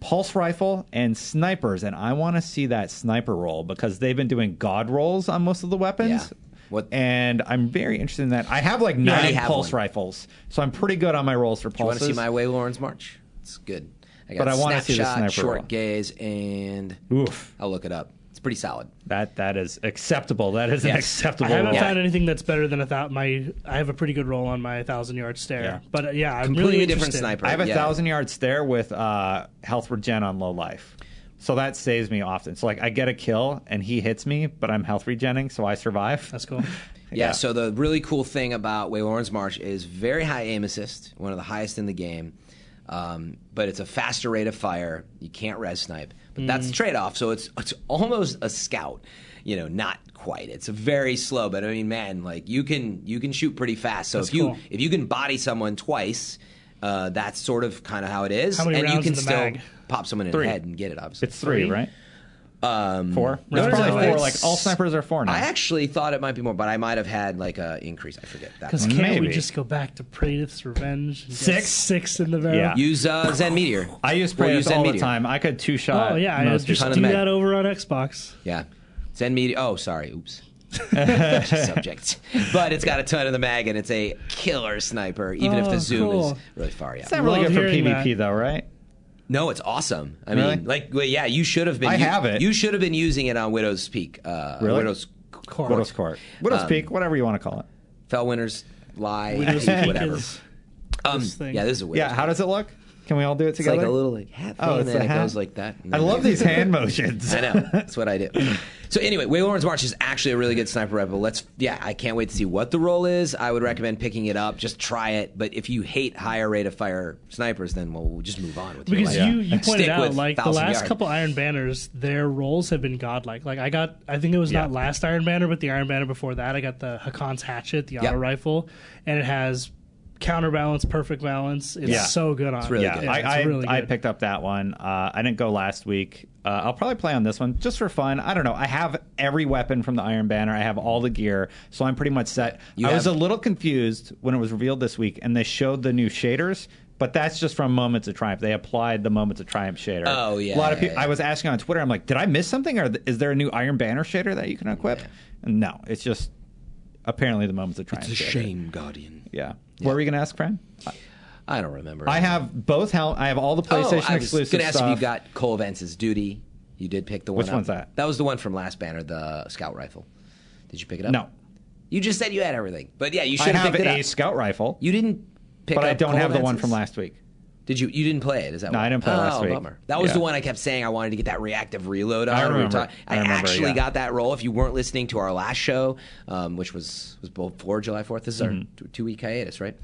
Speaker 1: Pulse rifle and snipers, and I want to see that sniper roll because they've been doing god rolls on most of the weapons.
Speaker 2: Yeah. What-
Speaker 1: And I'm very interested in that. I have like
Speaker 2: already
Speaker 1: nine
Speaker 2: have
Speaker 1: pulse
Speaker 2: one.
Speaker 1: rifles, so I'm pretty good on my rolls for
Speaker 2: you want
Speaker 1: pulses.
Speaker 2: to see my way, Lawrence March? It's good. I got
Speaker 1: But I wanna see the
Speaker 2: snapshot,
Speaker 1: sniper
Speaker 2: short
Speaker 1: roll.
Speaker 2: gaze, and
Speaker 1: Oof,
Speaker 2: I'll look it up. It's pretty solid.
Speaker 1: that that is acceptable. That is an
Speaker 2: Yes.
Speaker 3: I
Speaker 1: acceptable.
Speaker 3: haven't
Speaker 1: roll.
Speaker 2: Yeah.
Speaker 3: found anything that's better than a thou- my. I have a pretty good roll on my thousand yard stare,
Speaker 1: Yeah.
Speaker 3: but uh, yeah, I'm
Speaker 2: Completely
Speaker 3: really
Speaker 2: different
Speaker 3: interested.
Speaker 2: sniper.
Speaker 1: I have a
Speaker 2: yeah.
Speaker 1: thousand yard stare with uh, health regen on low life. So that saves me often. So like I get a kill and he hits me, but I'm health regenning, so I survive.
Speaker 3: That's cool.
Speaker 2: Yeah, so the really cool thing about Waylorn's March is very high aim assist, one of the highest in the game, um, but it's a faster rate of fire. You can't res snipe, but that's the
Speaker 3: Mm.
Speaker 2: trade off. So it's it's almost a scout, you know, not quite. It's very slow, but I mean, man, like you can you can shoot pretty fast. So if you
Speaker 3: cool.
Speaker 2: if you can body someone twice, uh, that's sort of kind of how it is,
Speaker 3: How many
Speaker 2: and you
Speaker 3: rounds
Speaker 2: can
Speaker 3: in the
Speaker 2: still
Speaker 3: mag?
Speaker 2: pop someone in
Speaker 1: Three.
Speaker 2: the head and get it. Obviously,
Speaker 1: it's three, right? Um, four.
Speaker 3: no,
Speaker 1: It's
Speaker 3: no,
Speaker 1: probably
Speaker 3: no,
Speaker 1: four.
Speaker 3: it's-
Speaker 1: Like all snipers are four now.
Speaker 2: I actually thought it might be more, but I might have had like a increase. I forget that.
Speaker 3: Because can't we
Speaker 1: Maybe.
Speaker 3: just go back to Praedith's Revenge? and get
Speaker 1: Six?
Speaker 3: six in the barrel.
Speaker 1: Yeah.
Speaker 2: Use uh, Zen Meteor.
Speaker 1: I use
Speaker 2: Well,
Speaker 1: Prius
Speaker 2: use Zen
Speaker 1: all the
Speaker 2: Meteor.
Speaker 1: time. I could two shot.
Speaker 3: Oh yeah, I
Speaker 1: most
Speaker 3: just
Speaker 1: people.
Speaker 2: Ton
Speaker 3: do
Speaker 2: of
Speaker 3: that
Speaker 2: men.
Speaker 3: over on Xbox.
Speaker 2: Yeah. Zen Meteor. Oh, sorry. Oops. subject. But it's got a ton of the mag and it's a killer sniper, even if
Speaker 3: Oh,
Speaker 2: the zoom
Speaker 3: cool.
Speaker 2: is really far out.
Speaker 1: It's not really
Speaker 3: Love
Speaker 1: good for
Speaker 3: hearing
Speaker 1: PvP though, right?
Speaker 2: No, it's awesome. I
Speaker 1: Really?
Speaker 2: mean, like, well, yeah, you should have been.
Speaker 1: I
Speaker 2: you,
Speaker 1: have it.
Speaker 2: You should have been using it on Widow's Peak. Uh,
Speaker 1: Really?
Speaker 2: Widow's
Speaker 3: Court.
Speaker 1: Widow's Court, Widow's
Speaker 2: Um,
Speaker 1: Peak, whatever you want to call it.
Speaker 2: Fellwinter's Lie,
Speaker 3: Windows
Speaker 2: Peak,
Speaker 3: Peak
Speaker 2: whatever.
Speaker 3: is-
Speaker 2: Um,
Speaker 3: this thing.
Speaker 2: Yeah, this is a Widow's
Speaker 1: Yeah. How does it look? Can we all do it
Speaker 2: It's
Speaker 1: together?
Speaker 2: like a little like hat thing,
Speaker 1: Oh,
Speaker 2: and
Speaker 1: it's
Speaker 2: then
Speaker 1: a
Speaker 2: it
Speaker 1: hat.
Speaker 2: goes like that. and
Speaker 1: I
Speaker 2: then
Speaker 1: love
Speaker 2: you-
Speaker 1: these hand motions.
Speaker 2: I know. That's what I do. So anyway, Waylorn's March is actually a really good sniper rifle. Let's yeah, I can't wait to see what the role is. I would recommend picking it up. Just try it. But if you hate higher rate of fire snipers, then we'll, we'll just move on with your
Speaker 3: Because
Speaker 2: life.
Speaker 3: you, you pointed
Speaker 2: Stick
Speaker 3: out,
Speaker 2: with
Speaker 3: like the
Speaker 2: 1000
Speaker 3: last
Speaker 2: yard.
Speaker 3: couple Iron Banners, their roles have been godlike. Like I got, I think it was not
Speaker 1: Yeah.
Speaker 3: last Iron Banner, but the Iron Banner before that, I got the Hakon's hatchet, the auto rifle, and it has counterbalance, perfect balance. It's
Speaker 1: Yeah.
Speaker 3: so good on.
Speaker 2: really
Speaker 3: it.
Speaker 1: yeah,
Speaker 2: good.
Speaker 1: I,
Speaker 3: it's
Speaker 1: I,
Speaker 3: really
Speaker 1: I
Speaker 3: good.
Speaker 1: picked up that one. Uh, I didn't go last week. Uh, I'll probably play on this one just for fun. I don't know. I have every weapon from the Iron Banner. I have all the gear, so I'm pretty much set.
Speaker 2: You
Speaker 1: I was a
Speaker 2: have-
Speaker 1: little confused when it was revealed this week, and they showed the new shaders. But that's just from Moments of Triumph. They applied the Moments of Triumph shader.
Speaker 2: Oh, yeah,
Speaker 1: A lot of
Speaker 2: yeah,
Speaker 1: people.
Speaker 2: yeah.
Speaker 1: I was asking on Twitter. I'm like, did I miss something, or th- is there a new Iron Banner shader that you can equip? No, it's just apparently the Moments of Triumph.
Speaker 2: It's a
Speaker 1: shader.
Speaker 2: shame, Guardian.
Speaker 1: Yeah. What were you gonna ask, Brian?
Speaker 2: I don't remember.
Speaker 1: I have both. Hel- I have all the PlayStation
Speaker 2: oh, I was
Speaker 1: exclusive
Speaker 2: gonna ask
Speaker 1: stuff.
Speaker 2: if you got Cole Vance's duty. You did pick the one.
Speaker 1: Which
Speaker 2: up.
Speaker 1: one's that?
Speaker 2: That was the one from last banner, the scout rifle. Did you pick it up?
Speaker 1: no,
Speaker 2: You just said you had everything, but yeah, you
Speaker 1: I
Speaker 2: should have
Speaker 1: have
Speaker 2: picked it
Speaker 1: a
Speaker 2: up.
Speaker 1: scout rifle,
Speaker 2: You didn't pick
Speaker 1: but
Speaker 2: up
Speaker 1: I don't
Speaker 2: Cole
Speaker 1: have the one
Speaker 2: Vance's.
Speaker 1: from last week.
Speaker 2: Did you? You didn't play it? Is that
Speaker 1: No,
Speaker 2: why?
Speaker 1: I didn't play it
Speaker 2: oh,
Speaker 1: last week.
Speaker 2: Bummer. That was
Speaker 1: Yeah.
Speaker 2: the one I kept saying I wanted to get that reactive reload on.
Speaker 1: I
Speaker 2: We were
Speaker 1: remember.
Speaker 2: talk- I,
Speaker 1: I remember,
Speaker 2: actually
Speaker 1: yeah.
Speaker 2: got that role. If you weren't listening to our last show, um, which was was before July Fourth, this is
Speaker 1: Mm-hmm.
Speaker 2: our two week hiatus, right?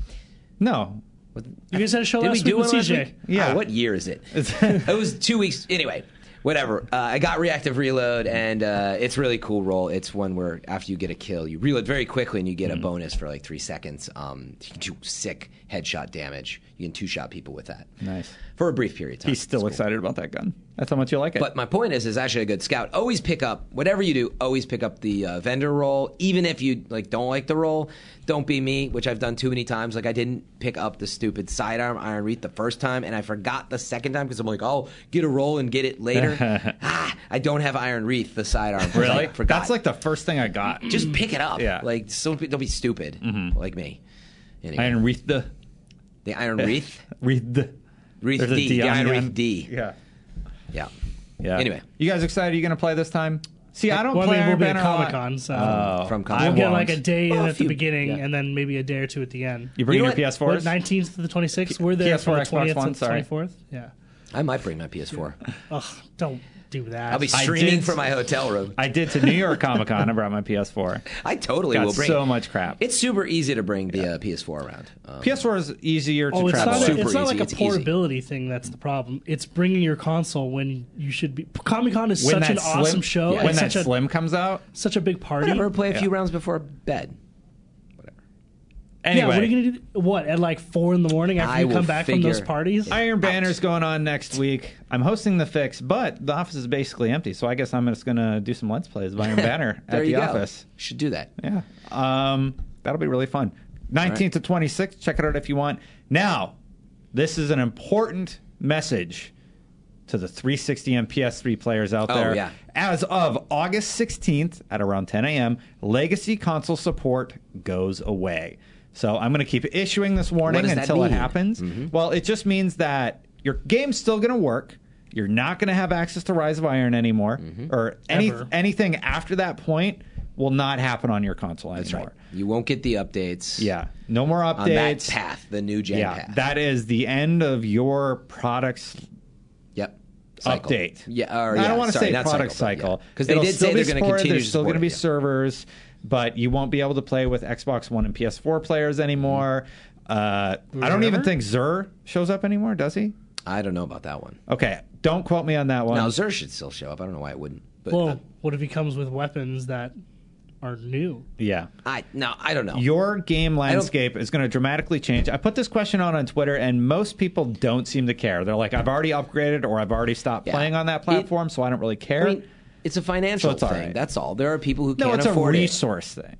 Speaker 1: No,
Speaker 3: You guys had a
Speaker 1: Oh,
Speaker 3: show
Speaker 2: Did
Speaker 3: last
Speaker 2: we
Speaker 3: week
Speaker 2: do
Speaker 3: with
Speaker 2: one last
Speaker 3: CJ.
Speaker 2: week?
Speaker 1: Yeah.
Speaker 2: Oh, what year is it? it was two weeks. Anyway, whatever. Uh, I got reactive reload, and uh, it's a really cool role. It's one where after you get a kill, you reload very quickly, and you
Speaker 1: Mm-hmm.
Speaker 2: get a bonus for like three seconds. Um, you can do sick headshot damage. You can two shot people with that.
Speaker 1: Nice.
Speaker 2: For a brief period of time.
Speaker 1: he's still
Speaker 2: It's cool.
Speaker 1: excited about that gun. That's how much you like it.
Speaker 2: But my point is, is actually a good scout. Always pick up whatever you do. Always pick up the uh, vendor role, even if you like don't like the role. Don't be me, which I've done too many times. Like I didn't pick up the stupid sidearm iron wreath the first time, and I forgot the second time because I'm like, I'll get a roll and get it later. ah, I don't have iron wreath the sidearm. 'cause I forgot.
Speaker 1: That's like the first thing I got.
Speaker 2: just pick it up.
Speaker 1: Yeah. Mm-hmm.
Speaker 2: like so don't be, don't be stupid like me. Anyway,
Speaker 1: Iron wreath the
Speaker 2: the iron wreath,
Speaker 1: wreath the.
Speaker 2: wreath
Speaker 1: There's a
Speaker 2: D, the
Speaker 1: on
Speaker 2: iron
Speaker 1: the
Speaker 2: wreath
Speaker 1: end.
Speaker 2: D.
Speaker 1: Yeah.
Speaker 2: yeah.
Speaker 1: Yeah.
Speaker 2: Anyway.
Speaker 1: you guys excited? Are you gonna play this time? See, I don't
Speaker 3: Well, I
Speaker 1: play
Speaker 3: mean, we'll
Speaker 1: Iron
Speaker 3: be at
Speaker 1: Banner a lot.
Speaker 3: Comic-Con, so-
Speaker 1: Oh,
Speaker 2: From
Speaker 1: I
Speaker 2: Comic-Con.
Speaker 3: We'll get
Speaker 1: won't.
Speaker 3: like a day in
Speaker 2: Well, a
Speaker 3: at
Speaker 2: few-
Speaker 3: the beginning,
Speaker 2: yeah.
Speaker 3: and then maybe a day or two at the end.
Speaker 1: You bringing
Speaker 2: You know
Speaker 1: your
Speaker 2: what?
Speaker 1: PS4s?
Speaker 3: nineteenth to the twenty sixth. We're there
Speaker 1: PS4,
Speaker 3: from the
Speaker 1: Xbox
Speaker 3: twentieth
Speaker 1: One,
Speaker 3: to the
Speaker 1: sorry.
Speaker 3: twenty fourth. Yeah.
Speaker 2: I might bring my PS4.
Speaker 3: Ugh, don't do that.
Speaker 2: I'll be
Speaker 1: I
Speaker 2: streaming
Speaker 1: did-
Speaker 2: from my hotel room.
Speaker 1: I did to New York Comic Con. I brought my PS4.
Speaker 2: I totally
Speaker 1: Got
Speaker 2: will bring
Speaker 1: so
Speaker 2: it.
Speaker 1: much crap.
Speaker 2: It's super easy to bring the uh, PS4 around. Um,
Speaker 1: PS4 is easier to
Speaker 3: Oh, it's
Speaker 1: travel.
Speaker 3: not,
Speaker 1: with.
Speaker 2: Super
Speaker 3: it's not like
Speaker 2: easy,
Speaker 3: a
Speaker 2: it's easy.
Speaker 3: portability thing that's the problem. It's bringing your console when you should be. Comic Con is such
Speaker 1: that
Speaker 3: an
Speaker 1: Slim-
Speaker 3: awesome show.
Speaker 2: Yeah.
Speaker 3: and
Speaker 1: When that
Speaker 3: such a
Speaker 1: Slim comes out,
Speaker 3: such a big party.
Speaker 2: whatever, play a few
Speaker 1: Yeah.
Speaker 2: rounds before bed.
Speaker 1: anyway,
Speaker 3: Yeah, what are you gonna do? What at like four in the morning after
Speaker 2: I
Speaker 3: you
Speaker 2: will
Speaker 3: come back from those
Speaker 2: figure
Speaker 3: parties?
Speaker 1: Iron Banner's going on next week. I'm hosting the fix, but the office is basically empty, so I guess I'm just gonna do some let's plays of Iron Banner at
Speaker 2: There
Speaker 1: the
Speaker 2: you go.
Speaker 1: office.
Speaker 2: Should do that.
Speaker 1: Yeah, um, that'll be really fun. 19th to 26th. Check it out if you want. Now, this is an important message to the 360 and PS3 players out
Speaker 2: Oh,
Speaker 1: there.
Speaker 2: yeah.
Speaker 1: As of August 16th at around 10 a.m., legacy console support goes away. So I'm going to keep issuing this warning
Speaker 2: does that
Speaker 1: until it
Speaker 2: mean?
Speaker 1: happens.
Speaker 2: Mm-hmm.
Speaker 1: Well, it just means that your game's still going to work. You're not going to have access to Rise of Iron anymore,
Speaker 2: Mm-hmm.
Speaker 1: or any,
Speaker 3: Ever.
Speaker 1: anything after that point will not happen on your console anymore.
Speaker 2: You won't get the updates.
Speaker 1: Yeah, no more updates
Speaker 2: On that path, the new gen
Speaker 1: yeah,
Speaker 2: path.
Speaker 1: that is the end of your products
Speaker 2: yep. Cycle.
Speaker 1: update.
Speaker 2: Yeah. Or,
Speaker 1: I
Speaker 2: yeah,
Speaker 1: don't want to
Speaker 2: sorry,
Speaker 1: say
Speaker 2: not
Speaker 1: product
Speaker 2: cycle.
Speaker 1: cycle
Speaker 2: Because
Speaker 1: It'll
Speaker 2: they did
Speaker 1: still
Speaker 2: say
Speaker 1: be
Speaker 2: they're going to
Speaker 1: supported,
Speaker 2: continue.
Speaker 1: There's still
Speaker 2: going to
Speaker 1: be
Speaker 2: support it, yeah.
Speaker 1: servers, but you won't be able to play with Xbox One and PS4 players anymore. Uh, I don't even
Speaker 3: Remember?
Speaker 1: think Zur shows up anymore. Does he?
Speaker 2: I don't know about that one.
Speaker 1: Okay, don't quote me on that one.
Speaker 2: Now Xur should still show up. I don't know why it wouldn't. But uh,
Speaker 3: Well, what if he comes with weapons that are new?
Speaker 1: yeah.
Speaker 2: I no, I don't know.
Speaker 1: Your game landscape is going to dramatically change. I put this question out on Twitter, and most people don't seem to care. They're like, "I've already upgraded, or I've already stopped
Speaker 2: Yeah.
Speaker 1: playing on that
Speaker 2: It-
Speaker 1: platform, so I don't really care."
Speaker 2: I mean, it's a financial
Speaker 1: So it's all
Speaker 2: thing.
Speaker 1: right.
Speaker 2: That's all. There are people who
Speaker 1: No,
Speaker 2: can't
Speaker 1: it's a
Speaker 2: afford it.
Speaker 1: resource thing.